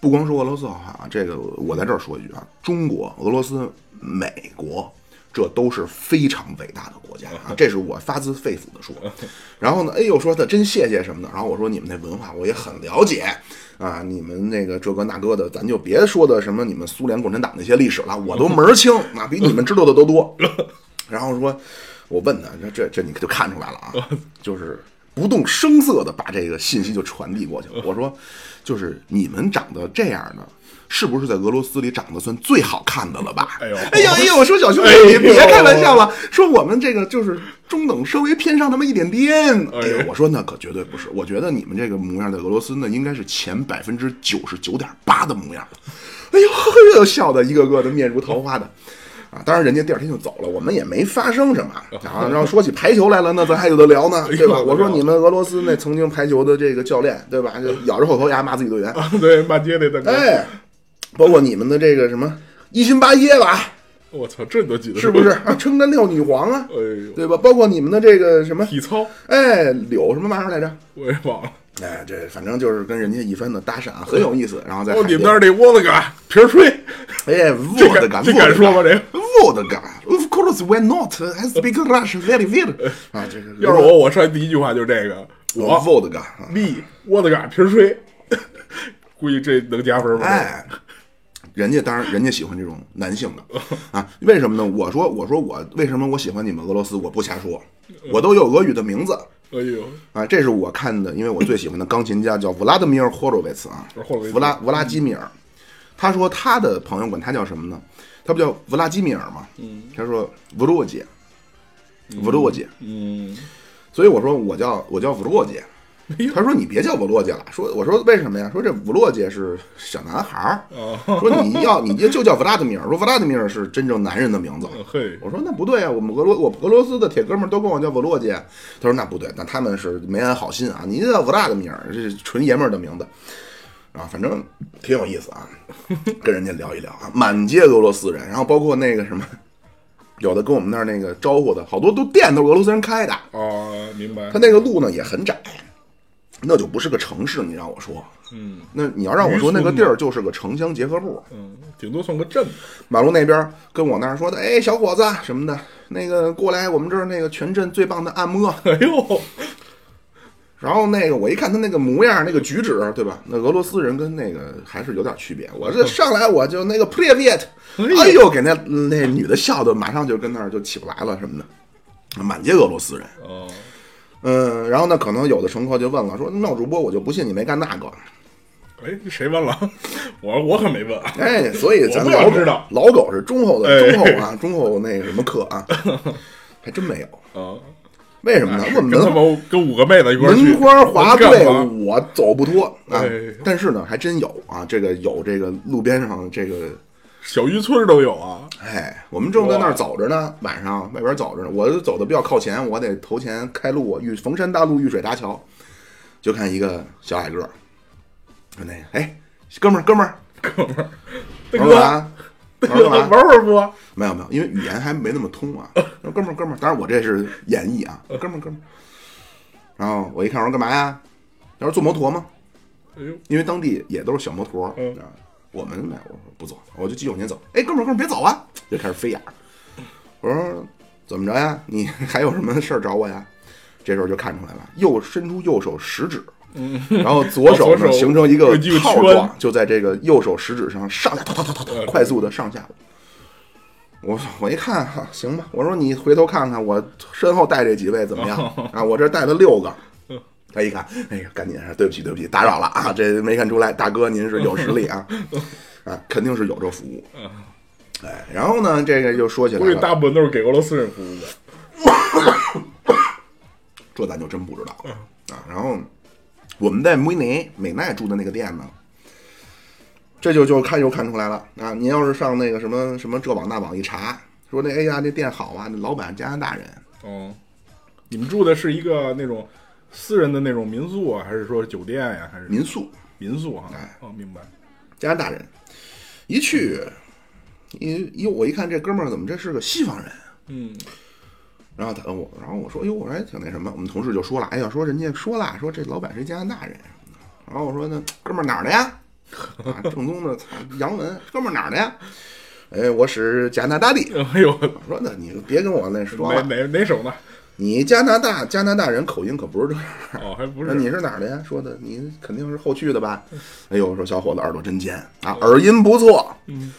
A: 不光说俄罗斯好话啊，这个我在这儿说一句啊，中国、俄罗斯、美国，这都是非常伟大的国家啊，这是我发自肺腑的说。然后呢，哎呦，说的真谢谢什么的，然后我说你们那文化我也很了解啊，你们那个这个那个的，咱就别说的什么你们苏联共产党那些历史了，我都门儿清啊，比你们知道的都多。然后说，我问他，这这这你就看出来了啊，就是不动声色的把这个信息就传递过去
D: 嗯
A: 了。我说，就是你们长得这样的，是不是在俄罗斯里长得算最好看的了吧？
D: 哎呦
A: 哎呦哎呦，我说小兄弟
D: 哎，呦
A: 你别开玩笑了，说我们这个就是中等，稍微偏上那么一点点。哎呦
D: 哎，
A: 我说那可绝对不是，我觉得你们这个模样在俄罗斯呢，应该是前百分之九十九点八的模样了。哎呦，呵笑的一个个的面如桃花的。啊，当然，人家第二天就走了，我们也没发生什么
D: 哦
A: 啊。然后说起排球来了，那咱还有的聊呢，对吧？
D: 哎呦
A: 我说你们俄罗斯那曾经排球的这个教练，对
D: 哦
A: 吧？就咬着后头牙骂自己队员，
D: 啊，对，骂街那大哥，
A: 哎，包括你们的这个什么伊辛巴耶吧，
D: 我操，这你都记得
A: 啊是不是？啊？撑杆跳女皇啊，
D: 哎呦，
A: 对吧？包括你们的这个什么，
D: 体操
A: 哎，柳什么玩意儿来着？
D: 我也忘了。
A: 哎，这反正就是跟人家一番的搭讪，啊很有意思。然后在
D: 哦，
A: 海
D: 你
A: 边
D: 们那儿那窝子嘎皮儿吹，
A: 哎，
D: 这
A: 我的
D: 敢
A: 敢，
D: 这敢说吗？这个，
A: 我的敢，Of course, why not? I speak Russian very well. 啊，这个
D: 要是我，我上来第一句话就是这个，
A: 我
D: 我
A: v o d 啊，
D: 力窝子嘎皮儿吹， 估计这能加分吧？
A: 哎，人家当然人家喜欢这种男性的啊，为什么呢？我说我说我为什么我喜欢你们俄罗斯？我不瞎说，我都有俄语的名字
D: 这个，哎呦，
A: 啊，这是我看的，因为我最喜欢的钢琴家叫 Vladimir Horowitz 啊，
D: 霍洛维茨
A: 弗拉弗拉基米尔，他说他的朋友管他叫什么呢？他不叫弗拉基米尔吗？他说 v l o d i v l o d i
D: 嗯，
A: 所以我说我叫我叫 v l o d i
D: 哎呦
A: 他说你别叫我洛姐了，说我说为什么呀？说这武洛姐是小男孩儿，
D: 啊，
A: 说你要你就叫弗拉德米尔，说弗拉德米尔是真正男人的名字。
D: 嘿，
A: 我说那不对啊，我们俄罗我俄罗斯的铁哥们儿都管我叫弗洛姐。他说那不对，那他们是没安好心啊，你叫弗拉德米尔，这是纯爷们儿的名字。啊，反正挺有意思啊， 跟人家聊一聊啊，满街俄罗斯人，然后包括那个什么，有的跟我们那儿那个招呼的，好多都店都是俄罗斯人开的，
D: 啊，明白
A: 它。那个路呢也很窄，那就不是个城市。你让我说，
D: 嗯，
A: 那你要让我说那个地儿就是个城乡结合部，
D: 嗯，顶多算个镇吧。
A: 马路那边跟我那儿说的，哎，小伙子什么的，那个过来，我们这儿那个全镇最棒的按摩。
D: 哎呦，
A: 然后那个我一看他那个模样，那个举止，对吧？那俄罗斯人跟那个还是有点区别。我这上来我就那个 p r e v i e t 哎呦，给那那女的笑的，马上就跟那儿就起不来了什么的，满街俄罗斯人。
D: 哦，
A: 嗯，然后呢，可能有的乘客就问了，说闹主播，我就不信你没干那个。
D: 哎，谁问了？ 我我可没问。啊
A: 哎，所以咱
D: 我不
A: 老
D: 想
A: 狗
D: 知道
A: 老狗是忠厚的，
D: 哎
A: 忠厚啊，忠厚那个什么客啊，还真没有。
D: 啊，
A: 为什么呢？我
D: 哎跟他
A: 们
D: 们跟五个妹子一块儿去，
A: 门花滑
D: 能
A: 队
D: 干嘛
A: 我走不脱啊
D: 哎，
A: 但是呢，还真有啊，这个有这个路边上这个。
D: 小渔村都有啊。
A: 哎，我们正在那儿
D: 哇
A: 走着呢，晚上外边走着呢，我就走的比较靠前，我得头前开路，我遇逢山大路遇水搭桥，就看一个小矮个儿，说那个哎，哥们儿哥们儿，
D: 大
A: 玩儿
D: 哥，
A: 吧，
D: 大
A: 玩儿
D: 哥，
A: 吧
D: 玩，会儿不？
A: 没有没有，因为语言还没那么通 啊。说哥们儿哥们儿，当然我这是演绎啊，
D: 呃
A: 哥们儿哥们儿。然后我一看，我说干嘛呀？他说坐摩托吗？
D: 哎呦，
A: 因为当地也都是小摩托
D: 嗯
A: 啊。我们没有，我说不坐，我就继续往前走。哎，哥们儿哥们儿别走啊！就开始飞眼儿。我说怎么着呀？你还有什么事儿找我呀？这时候就看出来了，右伸出右手食指，然后左手
D: 嗯 左
A: 呢
D: 手呃
A: 形成一个
D: 一个
A: 套
D: 圈
A: 状，就在这个右手食指上上下突突突突
D: 呃
A: 突快速的上下。我我一看哈、行吧，我说你回头看看我身后带这几位怎么样
D: 哦
A: 啊？我这带了六个。他一看，哎呀，赶紧说对不起，对不起，打扰了啊！这没看出来，大哥您是有实力 啊，啊，肯定是有这服务。哎，然后呢，这个就说起来
D: 估计
A: 了，
D: 大部分都是给俄罗斯人服务的。
A: 这咱就真不知
D: 嗯
A: 道了啊。然后我们在慕尼美奈住的那个店呢，这就就看又看出来了啊！您要是上那个什么什么这网那网一查，说那哎呀那店好啊，那老板加拿大人，
D: 哦，你们住的是一个那种私人的那种民宿啊，还是说酒店呀、还是
A: 民宿
D: 民宿啊
A: 哎？
D: 哦，明白。
A: 加拿大人，一去一一我一看这哥们儿怎么这是个西方人。
D: 嗯，
A: 然后他我，然后我说，哎呦，我说还挺那什么。我们同事就说了，哎呀，说人家说了，说这老板是加拿大人。然后我说那哥们儿哪儿的呀？啊，正宗的操洋文，哥们儿哪儿的呀？哎，我是加拿大的。
D: 哎呦，
A: 我说那你别跟我那说
D: 哪
A: 了，
D: 哪哪省的？
A: 你加拿大加拿大人口音可不是这样。
D: 哦，还不
A: 那
D: 是
A: 你是哪儿的呀？说的你肯定是后去的吧？哎呦，我说小伙子耳朵真尖啊，耳音不错。
D: 嗯，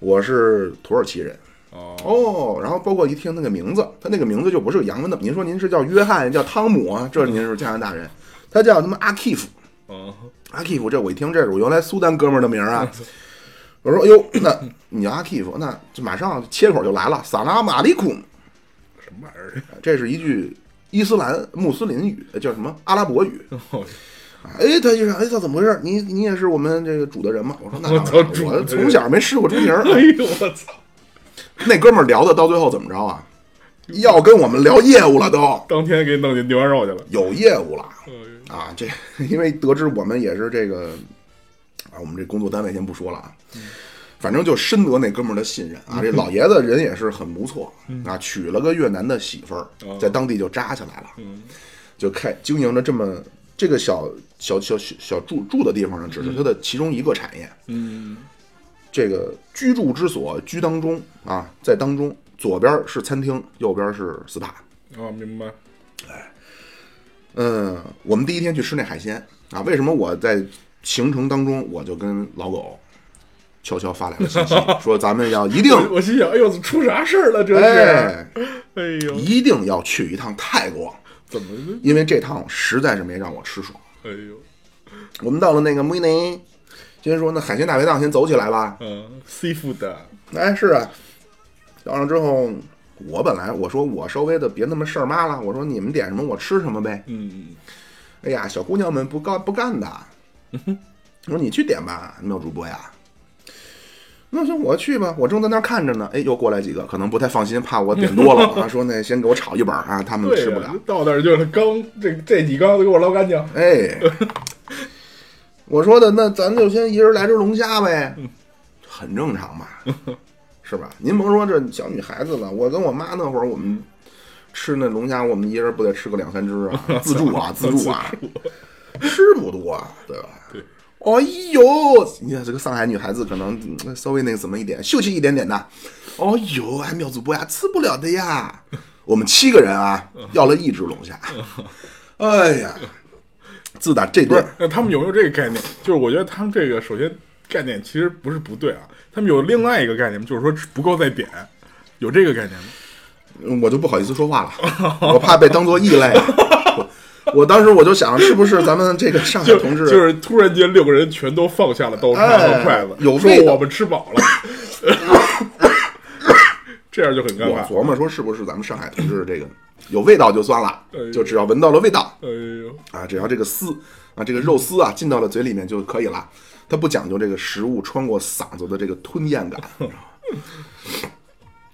A: 我是土耳其人。
D: 哦
A: 哦，然后包括一听那个名字，他那个名字就不是个洋文的。您说您是叫约翰，叫汤姆啊？这您是加拿大人，他叫他妈阿基夫，
D: 哦
A: 阿基夫。这我一听，这是我原来苏丹哥们儿的名儿啊。我说，哎呦，那你叫阿基夫，那就马上切口就来了，萨拉马利库，
D: 什么玩意儿？
A: 这是一句伊斯兰穆斯林语，叫什么阿拉伯语。
D: 哦
A: 哎，他就说，哎，他怎么回事？你你也是我们这个主的人吗？我说，那
D: 我操主的
A: 我
D: 人
A: 从小没试过中名儿。啊
D: 哎呦，我操！
A: 那哥们儿聊的到最后怎么着啊？要跟我们聊业务了都。
D: 当天给你弄进牛羊肉去了。
A: 有业务了
D: 哎呦
A: 啊！这因为得知我们也是这个啊，我们这工作单位先不说了啊，
D: 嗯
A: 反正就深得那哥们儿的信任啊。这老爷子人也是很不错啊，娶了个越南的媳妇儿
D: 嗯哦，
A: 在当地就扎起来了，
D: 嗯
A: 就开经营着这么这个小小小小小住住的地方呢，只是他的其中一个产业。
D: 嗯，
A: 这个居住之所居当中啊，在当中左边是餐厅，右边是 SPA。
D: 哦，明白。
A: 嗯，我们第一天去吃那海鲜啊，为什么我在行程当中我就跟老狗悄悄发来 了信息，说咱们要一定
D: 我我心想，哎呦，出啥事儿了？这是，
A: 哎，
D: 哎呦，
A: 一定要去一趟泰国，
D: 怎么？
A: 因为这趟实在是没让我吃爽。
D: 哎呦，
A: 我们到了那个慕尼，先说那海鲜大排档先走起来吧。
D: 嗯，seafood，
A: 哎，是啊，到上之后，我本来我说我稍微的别那么事儿妈了，我说你们点什么我吃什么呗。
D: 嗯，
A: 哎呀，小姑娘们不干不干的。我说你去点吧，妙主播呀。那我说我去吧，我正在那儿看着呢。哎，又过来几个，可能不太放心，怕我点 多了啊，说那先给我炒一本儿啊，他们
D: 对
A: 吃不
D: 呀
A: 了。，
D: 到那儿就是刚这这几缸都给我捞干净。
A: 哎， 我说的那咱就先一人来只龙虾呗，很正常吧， 是吧？您甭说这小女孩子了，我跟我妈那会儿我们吃那龙虾，我们一人不得吃个两三只 啊，自助啊，自助啊，吃不多啊，对吧？
D: 对。
A: 哎呦，你看这个上海女孩子可能嗯稍微那个什么一点，秀气一点点的。哎呦，哎，妙主播呀，吃不了的呀。 我们七个人啊，要了一只龙 虾。哎呀，自打这
D: 不
A: 顿
D: 是，那他们有没有这个概念？就是我觉得他们这个首先概念其实不是不对啊，他们有另外一个概念，就是说不够再点，有这个概念吗？
A: 我就不好意思说话了，我怕被当做异 类。我我当时我就想，是不是咱们这个上海
D: 就
A: 同志
D: 就是突然间六个人全都放下了刀叉和筷子，
A: 哎有
D: 说
A: 味道
D: 我们吃饱了， 这样就很尴
A: 我
D: 尬。
A: 琢磨说，是不是咱们上海同志这个有味道就算了
D: 哎呦，
A: 就只要闻到了味道
D: 哎呦，
A: 啊，只要这个丝啊，这个肉丝啊进到了嘴里面就可以了。它不讲究这个食物穿过嗓子的这个吞咽感，你知道吗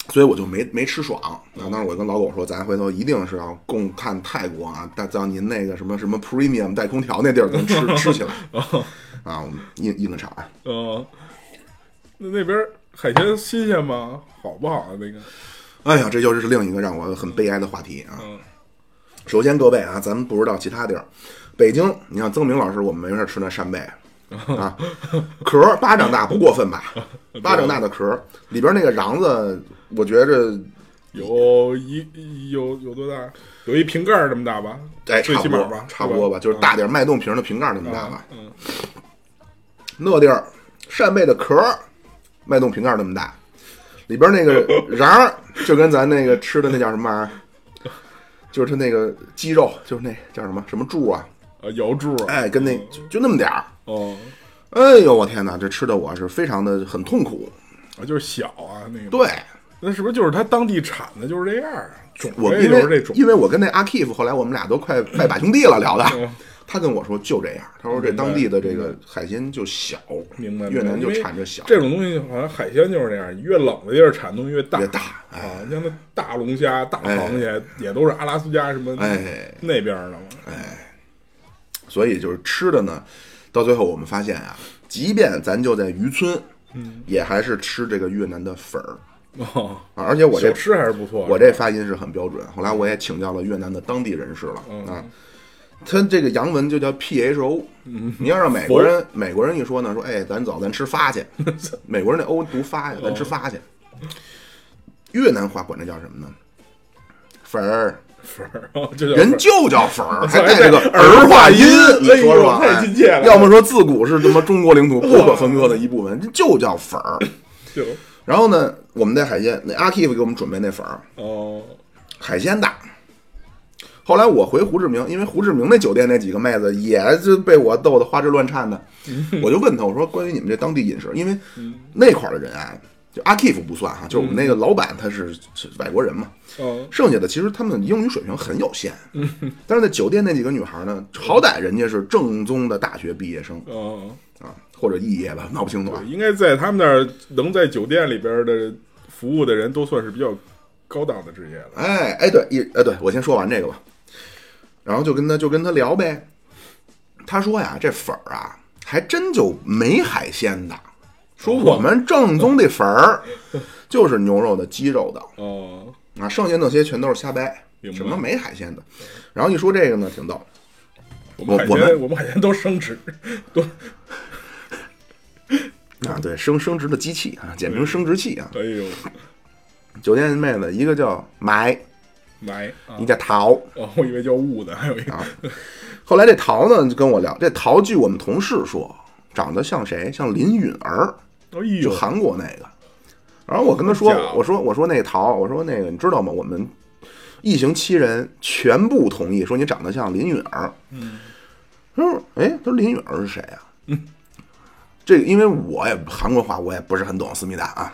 A: 所以我就没没吃爽。啊，当时我跟老狗说，咱回头一定是要共看泰国啊，带到您那个什么什么 premium 带空调那地儿，咱吃吃起来
D: 哦
A: 啊，我们硬硬个场啊。
D: 嗯，那那边海鲜新鲜吗？好不好啊？那个，
A: 哎呀，这就是另一个让我很悲哀的话题啊。
D: 嗯，
A: 首先，各位啊，咱们不知道其他地儿，北京，你像曾明老师，我们没事儿吃那扇贝啊，壳儿巴掌大不过分吧？巴掌大的壳儿里边那个瓤子，我觉着
D: 有一有有多大？有一瓶盖儿这么大吧？
A: 哎，
D: 最
A: 差
D: 起
A: 不
D: 码
A: 多
D: 吧，
A: 差不多吧，就是大点儿脉动瓶的瓶盖儿那么
D: 嗯
A: 大吧。
D: 嗯，
A: 那地儿扇贝的壳儿，脉动瓶盖儿那么大，里边那个瓤儿就跟咱那个吃的那叫什么玩意儿，就是它那个鸡肉，就是那叫什么什么柱啊，
D: 呃，摇柱啊，
A: 哎，跟那就就那么点儿。
D: 哦，
A: 哎呦，我天哪！这吃的我是非常的很痛苦。
D: 啊就是小啊，那个，
A: 对
D: 那是不是就是它当地产的就是这样儿？种
A: 我，
D: 类
A: 因
D: 就是这
A: 为
D: 种，
A: 因为我跟那阿 Kif 后来我们俩都快拜把兄弟了，聊的。
D: 嗯
A: 他跟我说就这样，他说这当地的这个海鲜就小，
D: 明白？
A: 越南
D: 明白
A: 就
D: 因为
A: 产着小，
D: 这种东西，好像海鲜就是这样，越冷的地儿产东西越大，
A: 越大哎
D: 啊！你像那大龙虾、大螃蟹，也都是阿拉斯加什么
A: 哎
D: 那边儿的嘛。
A: 所以就是吃的呢，到最后我们发现啊，即便咱就在渔村，嗯，也还是吃这个越南的粉儿
D: 哦，
A: 啊。而且我这
D: 小吃还是不错。
A: 我这发音是很标准，后来我也请教了越南的当地人士了、
D: 嗯
A: 啊。他这个洋文就叫 P H O，、你
D: 嗯
A: 要让美国人美国人一说呢，说哎，咱走，咱吃 发去。美国人那 O 读发呀，咱
D: 哦
A: 吃发去。越南话管这叫什么呢？粉儿，
D: 粉儿，就叫
A: 人
D: 粉儿
A: 就叫粉儿，还 带
D: 还带
A: 这个儿
D: 儿
A: 化
D: 化
A: 音
D: 音，
A: 你
D: 哎
A: 说
D: 呦
A: 说吧，
D: 太
A: 哎
D: 亲切了
A: 要么说自古是他妈中国领土不可分割的一部分，就叫粉儿。
D: 就
A: 然后呢，我们在海鲜，那阿 Kif 给我们准备那粉儿，
D: 哦，
A: 海鲜大。后来我回胡志明，因为胡志明那酒店那几个妹子也就被我逗得花枝乱颤的，我就问他，我说关于你们这当地饮食，因为那块儿的人啊，就阿 Kif 不算哈、就我们那个老板他是是外国人嘛，
D: 哦，
A: 剩下的其实他们英语水平很有限，但是在酒店那几个女孩呢，好歹人家是正宗的大学毕业生
D: 哦，
A: 啊，或者肄业吧，闹不清楚啊。
D: 应该在他们那儿能在酒店里边的服务的人都算是比较高档的职业了。
A: 哎哎，对，一哎对，我先说完这个吧，然后就跟他就跟他聊呗。他说呀，这粉儿啊，还真就没海鲜的，说我们正宗的粉儿就是牛肉的、鸡肉的，
D: 哦，
A: 啊，剩下那些全都是瞎掰
D: 明，白
A: 什么没海鲜的。然后一说这个呢，挺逗。
D: 我们海
A: 我
D: 鲜，我们海鲜都生吃， 都
A: 啊，对，生生殖的机器啊，简称生殖器啊。
D: 哎呦，
A: 酒店妹子一个叫埋，
D: 来啊
A: 一！个叫桃
D: 哦，我以为叫雾呢，还有一个
A: 啊。后来这桃呢就跟我聊，这桃据我们同事说，长得像谁？像林允儿，
D: 哎呦，
A: 就韩国那个。然后我跟他说
D: 真假，
A: 我说我说那桃，我说那个你知道吗？我们一行七人全部同意说你长得像林允儿。嗯，他说哎，他说林允儿是谁啊？嗯，这个因为我也韩国话我也不是很懂，思密达啊。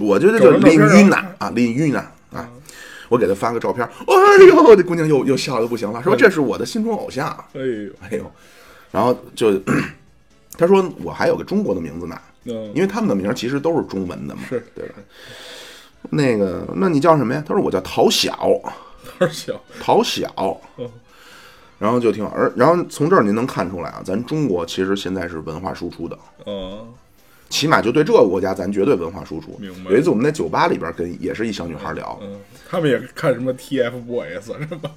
A: 我觉得叫林
D: 玉
A: 玉娜啊，林玉娜啊，我给她发个照片，哎呦，这姑娘又又笑的不行了，说这是我的心中偶像，
D: 哎呦，
A: 哎呦，然后就 她说我还有个中国的名字呢，
D: 嗯
A: 因为他们的名儿其实都是中文的嘛，
D: 是
A: 对吧？那个，那你叫什么呀？她说我叫陶晓，
D: 有点小，
A: 陶晓
D: 嗯。
A: 然后就挺好，而然后从这儿您能看出来啊，咱中国其实现在是文化输出的，
D: 嗯，
A: 起码就对这个国家，咱绝对文化输出
D: 明。白
A: 有一次我们在酒吧里边跟也是一小女孩聊，
D: 嗯，他们也看什么 TFBOYS 是 吧？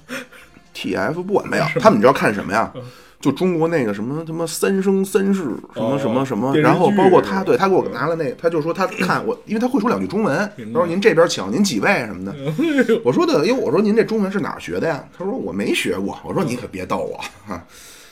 A: TF 不管没有，他们你知道看什么呀？
D: 嗯
A: 就中国那个什么什么三生三世什么
D: 哦
A: 什么什么，
D: 电视剧
A: 然后包括他
D: 是吧嗯
A: 对他给我拿了那，他就说他看我，因为他会说两句中文，他
D: 明白
A: 说您这边请，您几位什么的。
D: 哎
A: 我说的，因为我说您这中文是哪儿学的呀？他说我没学过。我说你可别逗我 哈。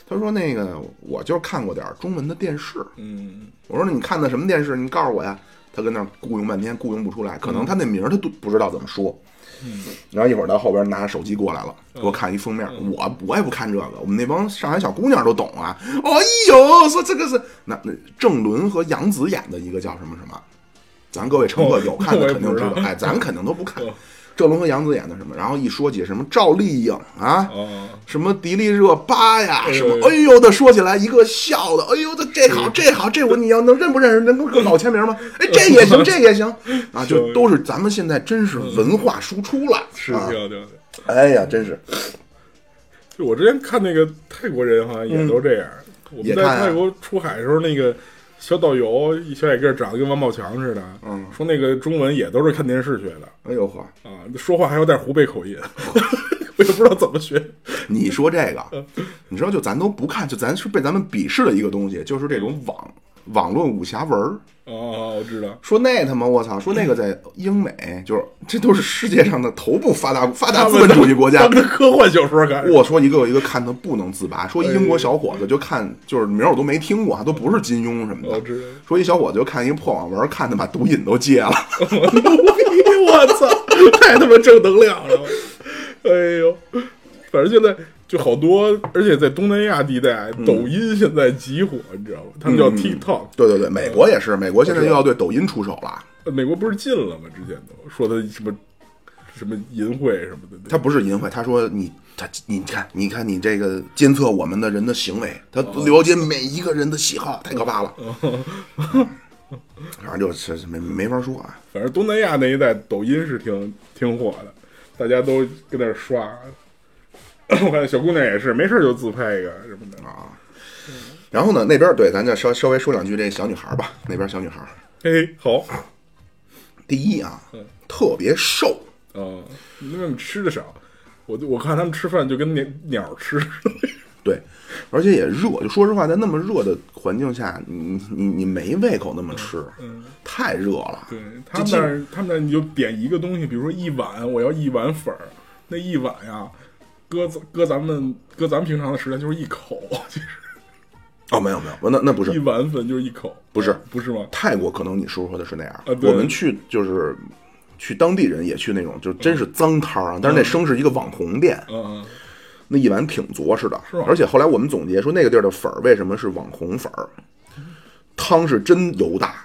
A: 他说那个我就是看过点儿中文的电视。
D: 嗯，
A: 我说那你看的什么电视？你告诉我呀。他跟那儿雇佣半天，雇佣不出来，可能他那名儿他都不知道怎么说。
D: 嗯
A: 然后一会儿到后边拿手机过来了，给我看一封面，
D: 嗯
A: 我我也不看这个，我们那帮上海小姑娘都懂啊。哦，哎呦，说这个是那那郑伦和杨紫演的一个叫什么什么，咱各位乘客
D: 哦
A: 有看的
D: 我也
A: 肯定知道
D: 不，知道
A: 哎，咱肯定都不看
D: 哦。
A: 郑伦和杨紫演的什么？然后一说起什么赵丽颖啊，
D: 哦，
A: 什么迪丽热巴呀，
D: 哎呦嗯
A: 什么哎呦的，说起来一个笑的，哎呦这这好这好这我你要能认不认识，能给我老签名吗？ 哎，这也行，这也行啊，就都是咱们现在真是文化输出了，
D: 是
A: 啊，
D: 对对对。
A: 哎呀，真是
D: 就我之前看那个泰国人好像也都这样，我
A: 嗯也
D: 们在
A: 看啊
D: 泰国出海的时候，那个小导游一小矮个儿长得跟王宝强似的，
A: 嗯
D: 说那个中文也都是看电视学的
A: 哎呦呵，
D: 啊，说话还有点湖北口音， 我也不知道怎么学。
A: 你说这个，你知道就咱都不看，就咱是被咱们鄙视的一个东西，就是这种网网络武侠文儿，
D: 哦，我知道，
A: 说那他妈我操，说那个在英美就是这都是世界上的头部发达发达
D: 他
A: 资
D: 们
A: 本主义国家
D: 当。着科幻小说看，
A: 我说一个有一个看他不能自拔，说一英国小伙子就看就是名儿我都没听过，都不是金庸什么
D: 我
A: 的。
D: 知道，
A: 说一小伙子就看一破网文，看他把毒瘾都戒了。
D: 我牛逼，我操，太他妈正能量了，哎呦，反正现在就好多，而且在东南亚地带，
A: 嗯
D: 抖音现在极火，你知道吗？他们叫 TikTok，
A: 对对对，美国也是，美国现在又要对抖音出手了。
D: 呃美国不是禁了吗？之前都说他什么什么淫秽什么的，
A: 他不是淫秽，他说你他你看你看你这个监测我们的人的行为，他了解每一个人的喜好，太可怕了。反正就是没没法说啊。
D: 反正东南亚那一带抖音是挺挺火的，大家都跟那儿刷。 我看小姑娘也是，没事儿就自拍一个什么的。
A: 然后呢，那边对咱就稍稍微说两句这小女孩吧，那边小女孩，
D: 嘿，好，
A: 第一啊，
D: 嗯
A: 特别瘦，
D: 啊，你们吃的少，我就我看他们吃饭就跟鸟鸟吃 似的。
A: 对，而且也热。就说实话，在那么热的环境下，你你你没胃口那么吃，太热了。
D: 嗯对他们那儿，他们那儿你就点一个东西，比如说一碗，我要一碗粉儿，那一碗呀，搁咱搁咱们搁咱们平常的时间就是一口，其实
A: 哦，没有没有，那那不是
D: 一碗粉就是一口，啊
A: 不是
D: 不是吗？
A: 泰国可能你叔说的是那样，
D: 啊对
A: 我们去就是去当地人也去那种，就是真是脏摊儿啊。但是那生是一个网红店，
D: 嗯，嗯
A: 那一碗挺着实的
D: 吗。
A: 而且后来我们总结说，那个地儿的粉儿为什么是网红粉儿？汤是真油 大，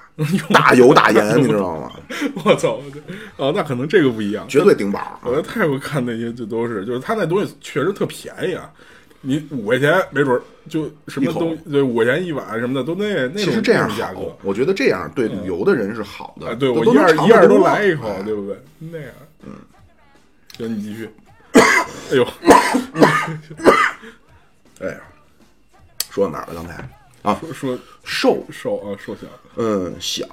A: 大油大盐，你知道吗？
D: 我操，我这哦，那可能这个不一样，
A: 绝对顶饱啊。
D: 我在泰国看那些就都是，就是他那东西确实特便宜啊，你五块钱没准儿就什么
A: 一口
D: 东对五块钱一碗什么的都那那种
A: 其实这样
D: 那种价
A: 好
D: 格，
A: 我觉得这样对旅游的人是好的。
D: 啊，对我
A: 都
D: 一
A: 能
D: 二
A: 尝
D: 一
A: 得
D: 二都
A: 多
D: 来一口，
A: 哎
D: 对不对？那样，嗯，行，你继续。 哎呦，
A: 哎呀，说到哪儿了？刚才啊，
D: 说
A: 瘦
D: 瘦啊，瘦小，
A: 嗯，小，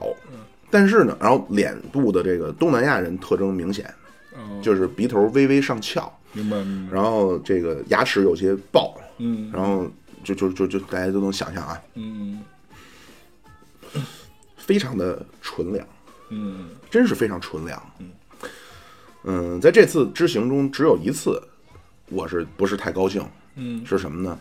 A: 但是呢，然后脸部的这个东南亚人特征明显，
D: 嗯，
A: 就是鼻头微微上翘，
D: 明白明白，
A: 然后这个牙齿有些爆，
D: 嗯
A: 然后就就就就大家都能想象啊，
D: 嗯
A: 非常的纯良，
D: 嗯
A: 真是非常纯良。嗯，在这次之行中，只有一次，我是不是太高兴？
D: 嗯，
A: 是什么呢？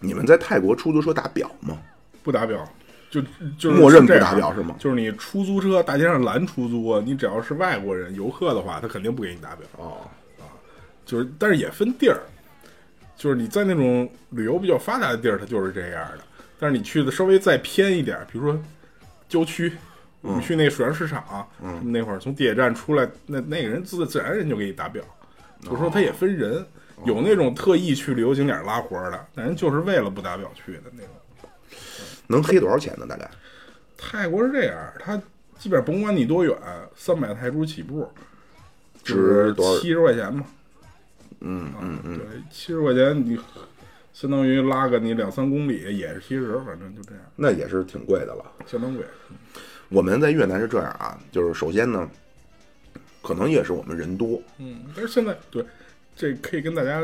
A: 你们在泰国出租车打表吗？
D: 不打表。就就是
A: 默认不
D: 这样
A: 打表是吗
D: 就是你出租车大街上拦出租，你只要是外国人游客的话，他肯定不给你打表。
A: 哦，
D: 就是但是也分地儿，就是你在那种旅游比较发达的地儿，它就是这样的。但是你去的稍微再偏一点儿，比如说郊区，我们去那个水上市场，嗯，那会儿从地铁站出来，那那个人自自然人就给你打表。
A: 哦
D: 我说他也分人，有那种特意去旅游景点拉活儿的，那人就是为了不打表去的那种。
A: 能黑多少钱呢？大概？
D: 泰国是这样，他基本上甭管你多远，三百泰铢起步，就是
A: 值多少
D: 七十块钱嘛。嗯嗯嗯，对，七十块钱你相当于拉个你两三公里也是七十，反正就这样，
A: 那也是挺贵的了。
D: 相当贵。
A: 我们在越南是这样啊，就是首先呢，可能也是我们人多，
D: 嗯，但是现在对这可以跟大家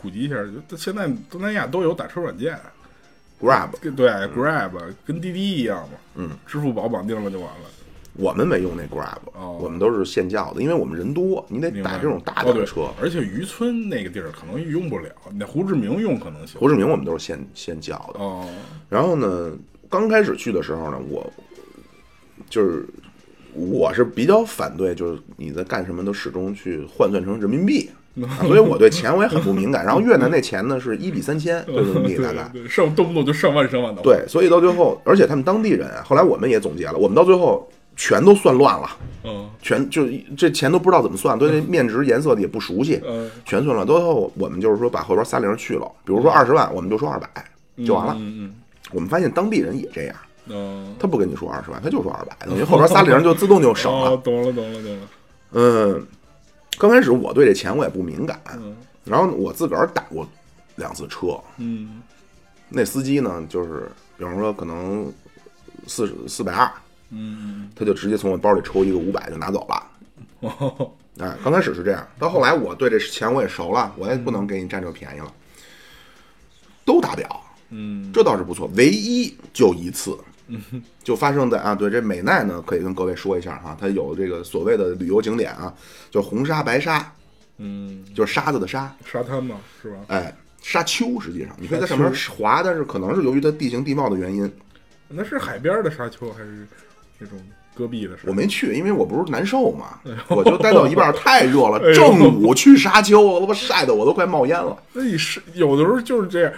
D: 普及一下，就现在东南亚都有打车软件，
A: Grab
D: 跟对
A: 嗯
D: Grab 跟滴滴一样嘛，嗯，支付宝绑定了就完了。
A: 我们没用那 Grab，、
D: 哦
A: 我们都是现叫的，因为我们人多，你得
D: 明白
A: 打
D: 吗
A: 这种大
D: 哦对
A: 点车。
D: 而且渔村那个地儿可能用不了，那胡志明用可能行。
A: 胡志明我们都是现现叫的。
D: 哦，
A: 然后呢，刚开始去的时候呢，我就是我是比较反对，就是你在干什么都始终去换算成人民币。啊所以我对钱我也很不敏感。然后越南那钱呢是一比三千
D: 嗯
A: 对人民币大概，
D: 对，上动不动就上万上万的。，
A: 对，所以到最后，而且他们当地人啊，后来我们也总结了，我们到最后全都算乱了，
D: 嗯
A: 全就这钱都不知道怎么算，对这面值颜色的也不熟悉，
D: 嗯
A: 全算乱。到最后我们就是说把后边仨零去了，比如说二十万，我们就说二百就完了。
D: 嗯
A: 我们发现当地人也这样，
D: 嗯嗯，
A: 他不跟你说二十万，他就说二百，等于后边仨零就自动就省
D: 哦
A: 了。
D: 懂了懂了懂了。
A: 嗯，刚开始我对这钱我也不敏感，
D: 嗯
A: 然后我自个儿打过两次车，
D: 嗯
A: 那司机呢，就是比方说可能四四百二，
D: 嗯，
A: 他就直接从我包里抽一个五百就拿走了。
D: 哦，
A: 哎，刚开始是这样，到后来我对这钱我也熟了，我也不能给你占这便宜了。都打表，
D: 嗯
A: 这倒是不错，唯一就一次，就发生在啊，对这美奈呢，可以跟各位说一下哈、它有这个所谓的旅游景点啊，叫红沙白沙，
D: 嗯，
A: 就是沙子的沙，
D: 沙滩嘛，是吧？
A: 哎，沙丘实际上你可以在上面滑，但是可能是由于它地形地貌的原因，
D: 那是海边的沙丘还是那种戈壁的沙丘？
A: 我没去，因为我不是难受嘛，我就待到一半儿太热了
D: 哎哎，呦
A: 正午去沙丘，我晒得我都快冒烟了。
D: 那你是有的时候就是这样，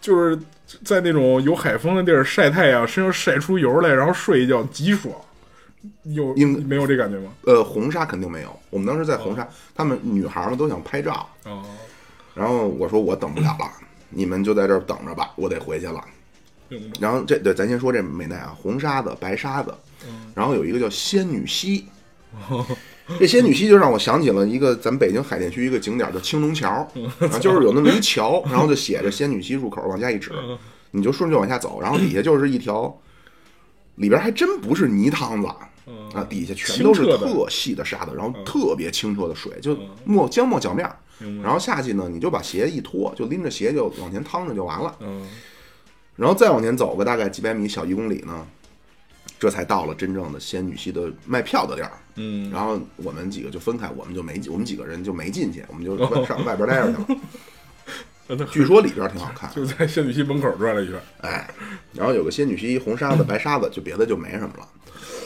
D: 就是在那种有海风的地儿晒太阳，身上晒出油来，然后睡一觉，极爽。有
A: 应
D: 没有这感觉吗？
A: 呃，红沙肯定没有，我们当时在红沙，她们女孩儿们都想拍照，
D: 哦，
A: 然后我说我等不了了，你们就在这儿等着吧，我得回去了。
D: 明白。
A: 然后这对咱先说这美奈啊，红沙子、白沙子，然后有一个叫仙女溪，这仙女溪就让我想起了一个咱们北京海淀区一个景点叫青龙桥，啊，就是有那么一桥，然后就写着仙女溪入口，往下一指，你就顺着往下走，然后底下就是一条，里边还真不是泥汤子。啊，底下全都是
D: 清澈的嗯
A: 特细的沙子，然后特别清澈的水，就没江没脚面儿
D: 明白
A: 然后下去呢，你就把鞋一脱，就拎着鞋就往前趟着就完了。
D: 嗯，
A: 然后再往前走个大概几百米，小一公里呢，这才到了真正的仙女溪的卖票的地儿。
D: 嗯，
A: 然后我们几个就分开，我们就没进我们几个人就没进去，我们就外上外边待着去了。
D: 那
A: 据说里边挺好看，
D: 就在仙女溪门口转了一圈。
A: 哎，然后有个仙女溪红沙子、白沙子，就别的就没什么了。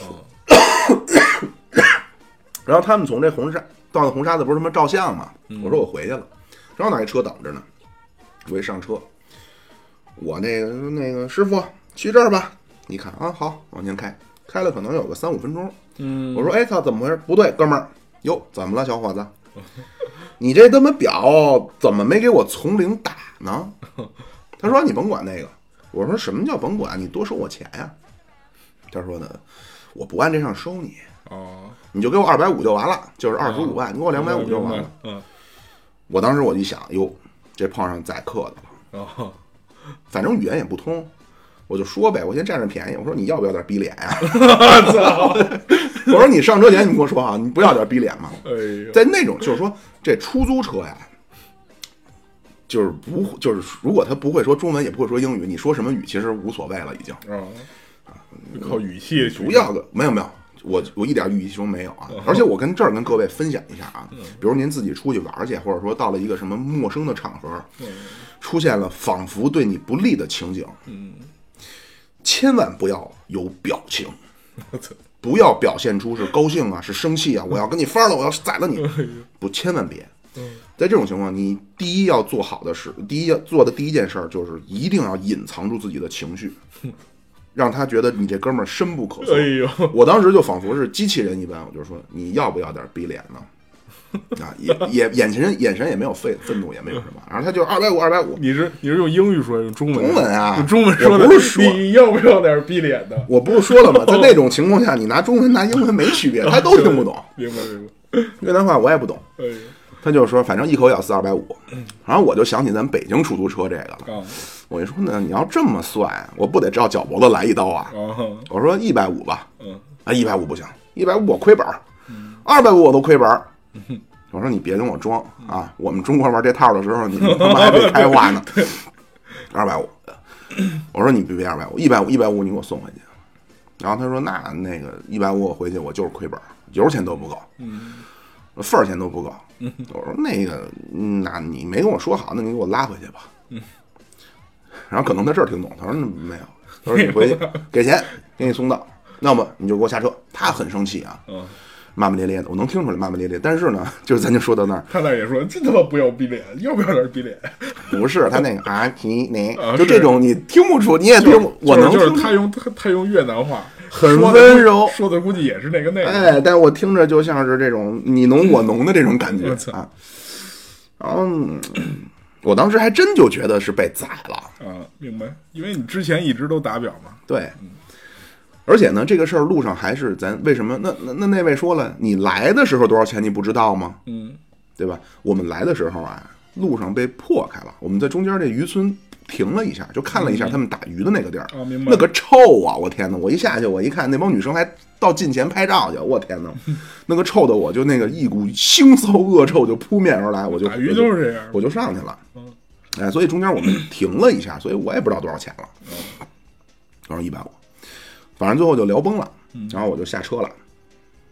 D: 哦，
A: 然后他们从这红沙到那红沙子不是他妈照相嘛？我说我回去了，正好哪一车等着呢，我一上车，我那个说那个师傅去这儿吧，一看啊好，往前开，开了可能有个三五分钟，
D: 嗯，
A: 我说哎操怎么回事？不对，哥们儿，哟怎么了小伙子？你这他妈表怎么没给我从零打呢？他说你甭管那个，我说什么叫甭管？你多收我钱呀、他说呢，我不按这上收你。
D: 哦，
A: 你就给我二百五就完了，就是二十五万，你给我两百五就完
D: 明
A: 了
D: 白。。嗯，
A: 我当时我就想，哟，这碰上宰客的了，
D: 哦，
A: 反正语言也不通，我就说呗，我先占着便宜，我说你要不要点逼脸呀、 我说你上车前你跟我说啊，你不要点逼脸吗？
D: 哎呦，
A: 在那种就是说这出租车呀，就是不就是如果他不会说中文也不会说英语，你说什么语其实无所谓了已经。
D: 啊，靠语气取胜
A: 不要个没有没有，我我一点预期中没有啊。
D: 嗯
A: 而且我跟这儿跟各位分享一下啊，比如您自己出去玩儿去，或者说到了一个什么陌生的场合，
D: 嗯
A: 出现了仿佛对你不利的情景，嗯，千万不要有表情，
D: 我操，
A: 不要表现出是高兴啊，是生气啊，我要跟你翻儿了，我要宰了
D: 哎
A: 你，不，千万别。
D: 嗯
A: 在这种情况，你第一要做好的事，第一要做的第一件事儿就是一定要隐藏住自己的情绪，让他觉得你这哥们儿深不可测。
D: 哎呦，
A: 我当时就仿佛是机器人一般，我就说你要不要点逼脸呢？啊，也也眼神眼神也没有愤愤怒，也没有什么，然后他就二百五二百五，
D: 你是你是用英语说，用中文？
A: 中文啊
D: 用中文说的。
A: 我不是说
D: 你要不要点逼脸的？
A: 我不是说了吗？在那种情况下，你拿中文拿英文没区别，他都听不懂，
D: 明白明白。
A: 越南话我也不懂。
D: 哎呦，
A: 他就说，反正一口咬四二百五，然后我就想起咱们北京出租车这个了。
D: 啊
A: 我一说呢，你要这么算，我不得照脚脖子来一刀啊？
D: 啊，
A: 我说一百五吧，
D: 嗯，
A: 啊，一百五不行，一百五我亏本儿，二百五我都亏本儿。我说你别跟我装啊！我们中国玩这套的时候，你 们他妈还被开化呢。二百五，我说你别别二百五，一百五一百五你给我送回去。然后他说那那个一百五我回去我就是亏本儿，油钱都不够，份儿钱都不够。我说那个嗯那你没跟我说好，那你给我拉回去吧。然后可能他这儿听懂，他说那 没有，他说你回去给钱给你送到，要么你就给我下车。他很生气啊，
D: 嗯
A: 骂骂咧咧的，我能听出来骂骂咧咧。但是呢， 就是咱就说到那儿，
D: 他俩也说这他妈不要逼脸，要不要点逼脸？
A: 不是他那个啊，你你
D: 啊
A: 就这
D: 是
A: 种你听不出，你也听不，我能
D: 就是
A: 听
D: 就是
A: 出
D: 他。用他他用越南话，
A: 很
D: 说的
A: 温柔
D: 说的估计也是那个那个。
A: 哎，但我听着就像是这种你侬我侬的这种感觉
D: 我操
A: 啊。然后嗯我当时还真就觉得是被宰了，
D: 啊，明白，因为你之前一直都打表嘛。
A: 对。而且呢，这个事儿路上还是咱为什么？那那那那位说了，你来的时候多少钱你不知道吗？
D: 嗯，
A: 对吧？我们来的时候啊，路上被破开了，我们在中间这渔村停了一下，就看了
D: 嗯
A: 一下他们打鱼的那个地儿，
D: 啊明白
A: 那个臭啊！我天哪！我一下去，我一看那帮女生还到近前拍照去，我天哪！那个臭的，我就那个一股腥骚恶臭就扑面而来，我就
D: 打鱼就是这样
A: 我就上去了。
D: 嗯嗯
A: 哎，所以中间我们停了一下，所以我也不知道多少钱了，然后一百五。反正最后就聊崩了，
D: 嗯
A: 然后我就下车了。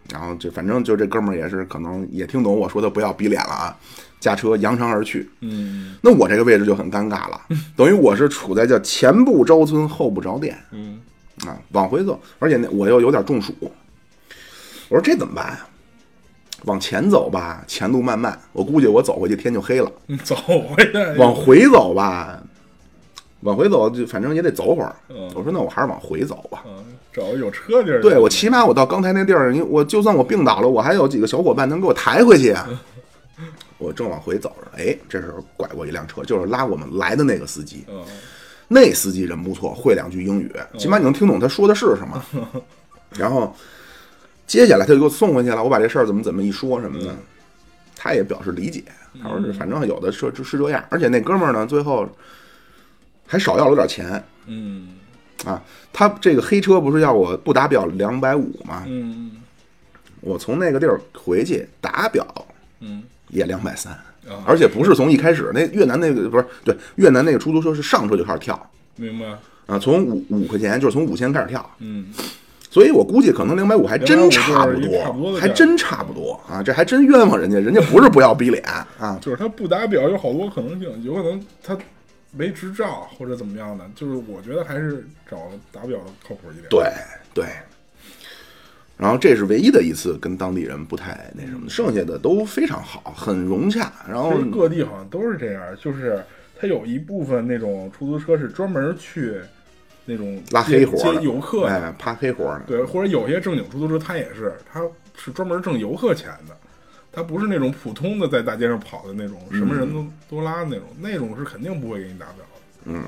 A: 然后这反正就这哥们儿也是可能也听懂我说的不要逼脸了啊，驾车扬长而去。
D: 嗯
A: 那我这个位置就很尴尬了， 等于我是处在叫前不着村后不着店
D: 嗯
A: 啊，往回走，而且那我又有点中暑，我说这怎么办呀、往前走吧，前路漫漫，我估计我走回去天就黑了。
D: 嗯， 走回来，
A: 往回走吧，往回走就反正也得走会儿
D: 嗯。
A: 我说那我还是往回走吧。
D: 嗯，找有车地儿。
A: 对我起码我到刚才那地儿，你我就算我病倒了，我还有几个小伙伴能给我抬回去啊。我正往回走着，哎，这时候拐过一辆车，就是拉我们来的那个司机。
D: 嗯，
A: 那司机人不错，会两句英语，
D: 哦
A: 起码你能听懂他说的是 什么。然后接下来他就给我送回去了，我把这事儿怎么怎么一说什么
D: 嗯
A: 的，他也表示理解，他说是反正有的是是这样，而且那哥们儿呢，最后还少要了我点钱
D: 嗯
A: 啊。他这个黑车不是要我不打表两百五吗？
D: 嗯
A: 我从那个地儿回去打表
D: 嗯
A: 也两百三
D: 啊。
A: 而且不是从一开始，那越南那个不是对越南那个出租车是上车就开始跳
D: 明白。
A: 啊，从五五块钱就是从五千开始跳，
D: 嗯
A: 所以我估计可能两百五还真差不
D: 250就是一差不多
A: 多，
D: 的
A: 还真差不多啊！这还真冤枉人家，人家不是不要逼脸啊，
D: 就是他不打表有好多可能性，有可能他没执照或者怎么样的，就是我觉得还是找打表的靠谱一点。，
A: 对对。然后这是唯一的一次跟当地人不太那什么，剩下的都非常好，很融洽。然后
D: 其实各地好像都是这样，就是他有一部分那种出租车是专门去那种
A: 拉黑活
D: 接
A: 的
D: 接游客的，
A: 哎，趴黑活的，
D: 对，或者有些正经出租车他也是，他是专门挣游客钱的。他不是那种普通的在大街上跑的那种，什么人都都拉的那种，那种是肯定不会给你打表的。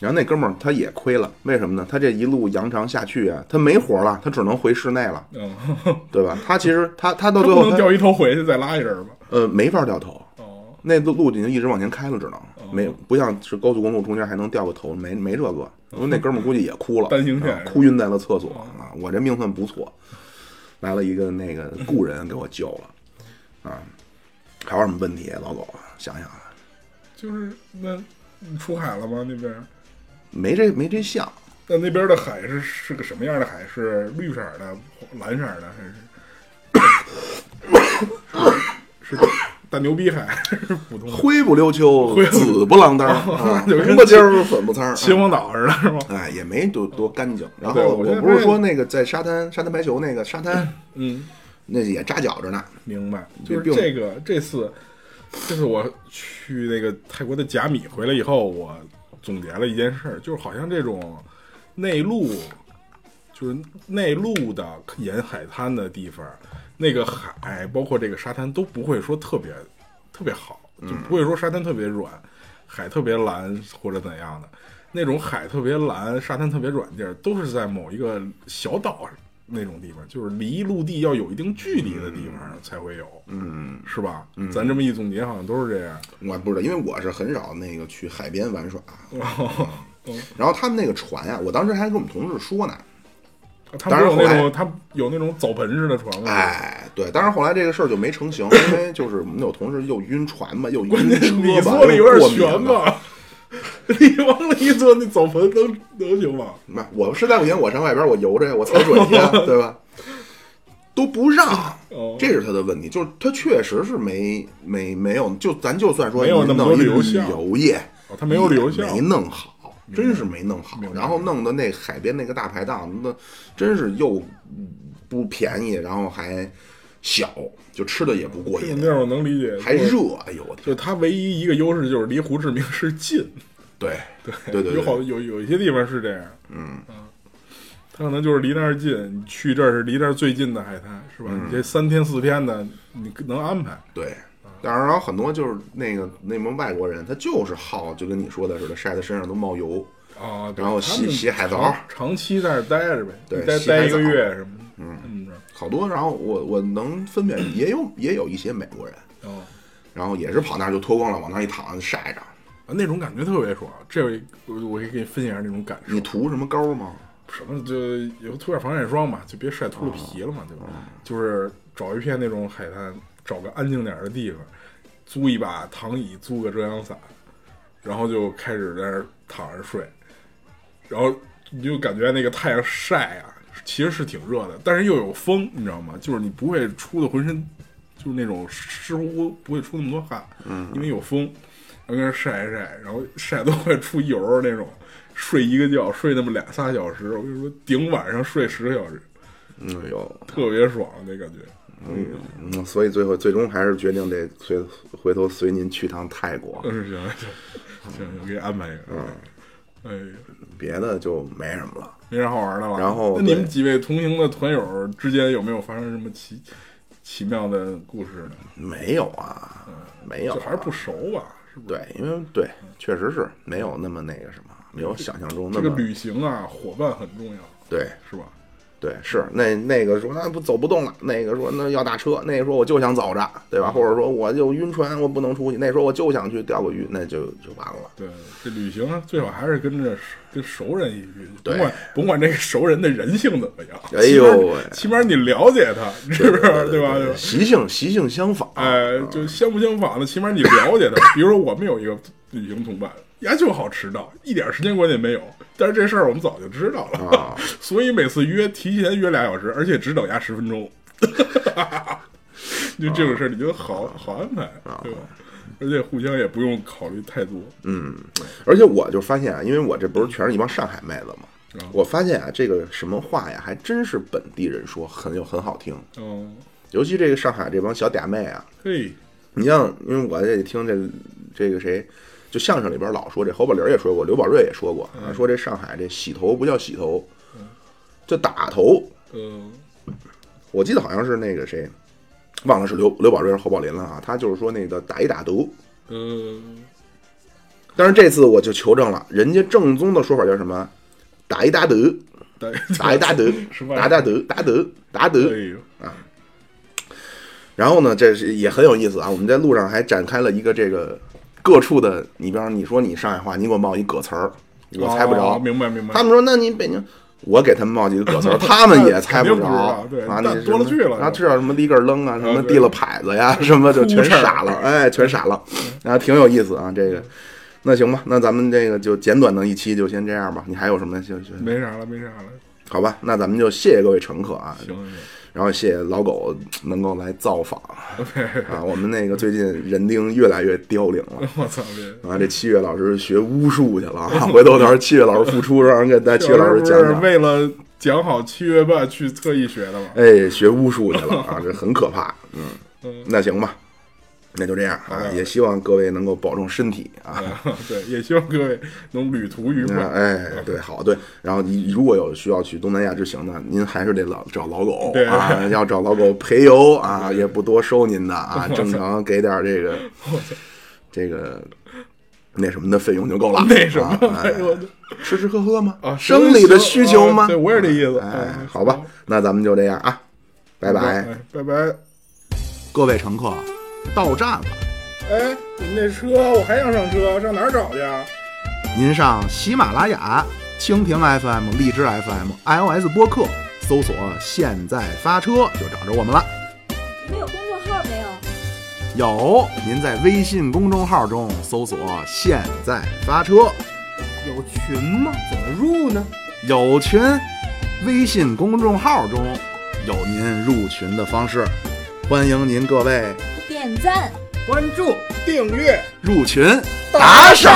A: 然后那哥们儿他也亏了，为什么呢？他这一路扬长下去啊，他没活了，他只能回室内了，
D: 嗯，
A: 对吧？他其实他
D: 他
A: 他到最
D: 不
A: 后
D: 能
A: 他
D: 掉一头回去再拉一人吧？
A: 呃没法掉头，
D: 哦，
A: 那路路已经一直往前开了，只能没不像是高速公路中间还能掉个头，没没这个。因为那哥们儿估计也哭了，
D: 单行线
A: 啊哭晕在了厕
D: 哦
A: 所啊！我这命算不错，来了一个那个故人给我救了啊！还有什么问题，啊老狗？想想啊
D: 就是那你出海了吗？那边？
A: 没这没这项，
D: 那那边的海是是个什么样的海？是绿色的、蓝色的，还是 是是大牛逼海，还是普通的？
A: 灰不 溜秋，紫不啷当儿，啊
D: 哦就
A: 红
D: 跟
A: 不尖儿粉不 苍儿。啊
D: 秦皇岛似的，是吗？
A: 哎，也没多多干净。然
D: 对
A: 后
D: 我觉得
A: 不是
D: 他
A: 说那个在沙滩沙滩排球那个沙滩，
D: 嗯，
A: 那也扎脚着呢。
D: 明白。就是
A: 并
D: 这个这次，这次我去那个泰国的甲米回来以后，我总结了一件事儿，就是好像这种内陆，就是内陆的沿海滩的地方，那个海包括这个沙滩都不会说特别特别好，就
A: 嗯
D: 不会说沙滩特别软，海特别蓝或者怎样的。那种海特别蓝、沙滩特别软地儿，都是在某一个小岛那种地方，就是离陆地要有一定距离的地方才会有，
A: 嗯，
D: 是吧？咱这么一总结，好像都是这 样。
A: 我不知道，因为我是很少那个去海边玩耍。
D: 哦
A: 然后他们那个船呀、我当时还跟我们同事说呢，
D: 他
A: 当
D: 们有
A: 然
D: 那
A: 后来
D: 种，他有那种澡盆似的床，，
A: 哎，对，当然后来这个事儿就没成型，因为就是我们有同事又晕船嘛，又
D: 关
A: 晕
D: 键是
A: 车
D: 你
A: 吧，
D: 坐的有点
A: 又过敏
D: 悬
A: 嘛。
D: 吧？你往里一坐，那澡盆能能行吗？
A: 妈，我实在不行，我上外边我游着呀，我踩水 去呀，对吧？都不让，
D: 哦，
A: 这是他的问题，就是他确实是没没没有，就咱就算说
D: 没有那么多
A: 你
D: 旅
A: 弄一
D: 游
A: 旅
D: 项
A: 游业，
D: 哦他没有旅嗯游项，
A: 没弄好，真是没弄好
D: 明。白
A: 然后弄的那海边那个大排档，那真是又不便宜，然后还小，就吃的也不过
D: 这种
A: 瘾
D: 地，儿我能理解，
A: 还
D: 就是
A: 热，哎呦我
D: 就
A: 天！
D: 它唯一一个优势就是离胡志明市近，
A: 对对对
D: 有
A: 对，
D: 好有有一些地方是这样，嗯它可能就是离那儿近，你去这儿是离那儿最近的海滩，是
A: 嗯
D: 吧？你这三天四天的，你能安排，
A: 对。当然，然后很多就是那个那帮外国人，他就是好，就跟你说的似的，晒得身上都冒油。
D: 啊，
A: 然后
D: 他
A: 洗
D: 们
A: 洗海
D: 长
A: 澡
D: 长期在那儿待着呗，
A: 对
D: 一待
A: 洗海
D: 待一个
A: 澡
D: 月什么的，嗯，着
A: 好多，然后我我能分辨，也有也有一些美国人，
D: 哦，
A: 然后也是跑那儿就脱光了，往那儿一躺晒着。
D: 啊那种感觉特别爽。这回我我可以给你分享一下那种感受
A: 你，涂什么膏吗？
D: 什么就有涂点防晒霜嘛，就别晒秃噜皮了嘛，对吧？就是找一片那种海滩，找个安静点儿的地方，租一把躺椅，租个遮阳伞，然后就开始在那儿躺着睡，然后你就感觉那个太阳晒啊，其实是挺热的，但是又有风，你知道吗？就是你不会出的浑身就是那种湿乎乎，不会出那么多汗，嗯，因为有风，然后跟人晒一晒，然后晒都快出油儿那种，睡一个觉睡那么俩仨小时，我跟你说，顶晚上睡十个小时，
A: 嗯哟，
D: 特别爽那感觉。
A: 嗯，所以最后最终还是决定得随回头随您去趟泰国，
D: 嗯，行行行，我给你安排一个。嗯哎呀，
A: 别的就没什么了。
D: 没啥好玩的了。
A: 然后
D: 那你们
A: 对
D: 几位同行的团友之间有没有发生什么奇奇妙的故事呢？
A: 没有啊，没有啊、
D: 嗯就还是不熟吧，是不是？
A: 对，因为对，确实是没有那么那个什么，没有想象中那
D: 这个
A: 么
D: 旅行啊，伙伴很重要，
A: 对
D: 是吧？
A: 对是那那个说那不走不动了，那个说那要打车，那个说我就想走着，对吧？或者说我就晕船，我不能出去，那时候我就想去钓个鱼，那就就完了。
D: 对，这旅行啊，最好还是跟着跟熟人一起去，
A: 对
D: 甭管甭管这个熟人的人性怎么样，
A: 哎
D: 起
A: 呦
D: 码
A: 喂
D: 起码你了解他，是不是？对吧？对吧？
A: 习性习性相仿，
D: 哎，就相不相仿的，起码你了解他。比如说，我们有一个旅行同伴，呀就好迟到，一点时间观念没有。但是这事儿我们早就知道了，
A: 啊
D: 所以每次约提前约俩小时，而且只等压十分钟。 就这种事儿，你就好好安排，对吧？而且互相也不用考虑太多。
A: 嗯而且我就发现啊，因为我这不是全是一帮上海妹子嘛
D: 嗯，
A: 我发现啊，这个什么话呀，还真是本地人说很有很好听，
D: 嗯，
A: 尤其这个上海这帮小嗲妹啊，
D: 嘿，
A: 你像，因为我也听这这个谁，就相声里边老说这侯宝林也说过，刘宝瑞也说过，啊说这上海这洗头不叫洗头，叫打头。
D: 嗯，
A: 我记得好像是那个谁，忘了是刘刘宝瑞还是侯宝林了啊，他就是说那个打一打头。
D: 呃，
A: 但是这次我就求证了，人家正宗的说法叫什么？打一打得，
D: 打
A: 打一打得
D: 是，吧
A: 打打得，打得，打
D: 哎
A: 得。
D: 呦，
A: 然后呢，这是也很有意思啊。我们在路上还展开了一个这个各处的，你比方说你说你上海话，你给我冒一葛词儿，我猜不着。
D: 哦明白明白。
A: 他们说，那你北京，我给他们冒几个葛词 儿，他们也猜
D: 肯定
A: 着。
D: 不知道对
A: 啊，
D: 但
A: 你
D: 多了去了
A: 啊，这叫什么立根儿扔啊，什么
D: 啊对
A: 递了牌子呀，什么就全傻了，哎，全傻了，
D: 嗯
A: 啊，挺有意思啊，这个。那行吧，那咱们这个就简短的一期就先这样吧。你还有什么？就就
D: 没啥了，没啥了，
A: 好吧，那咱们就谢谢各位乘客啊，
D: 行 行。
A: 然后谢谢老狗能够来造访
D: OK，
A: 啊。我们那个最近人丁越来越凋零 了。
D: 我操，这
A: 啊，这七月老师学巫术去了啊！ 回头到时候七月老师复出，让人给大家七月老师
D: 不
A: 讲
D: 是
A: 讲。
D: 为了讲好七月半去特意学的嘛？
A: 哎，学巫术去了啊，这很可怕。嗯
D: 嗯，
A: 那行吧，那就这样
D: 好
A: 啊，
D: 的
A: 也希望各位能够保重身体啊。
D: 对，也希望各位能旅途愉
A: 那
D: 快。
A: 哎，对，好，对，然后你如果有需要去东南亚之行呢，您还是得老找老狗
D: 对
A: 啊，要找老狗陪游啊，也不多收您的啊，正常给点这个这个那什么的费用就够了。
D: 那什么
A: 啊哎
D: 我的
A: 吃吃喝喝吗？
D: 啊
A: 生理的需求吗？
D: 啊对我也这意思
A: 哎
D: 嗯，
A: 好吧，那咱们就这样啊，拜拜，
D: 哎，拜拜。
A: 各位乘客，到站了，
D: 哎，你们那车我还想上车，上哪儿找去啊？
A: 您上喜马拉雅、蜻蜓 FM、荔枝 FM、iOS 播客搜索“现在发车”就找着我们了。
C: 你们有公众号没有？
A: 有，您在微信公众号中搜索“现在发车
B: 有群吗？怎么入呢？”，
A: 有群，微信公众号中有您入群的方式，欢迎您各位
C: 点赞。
B: 关注。
D: 订阅。
A: 入群打赏。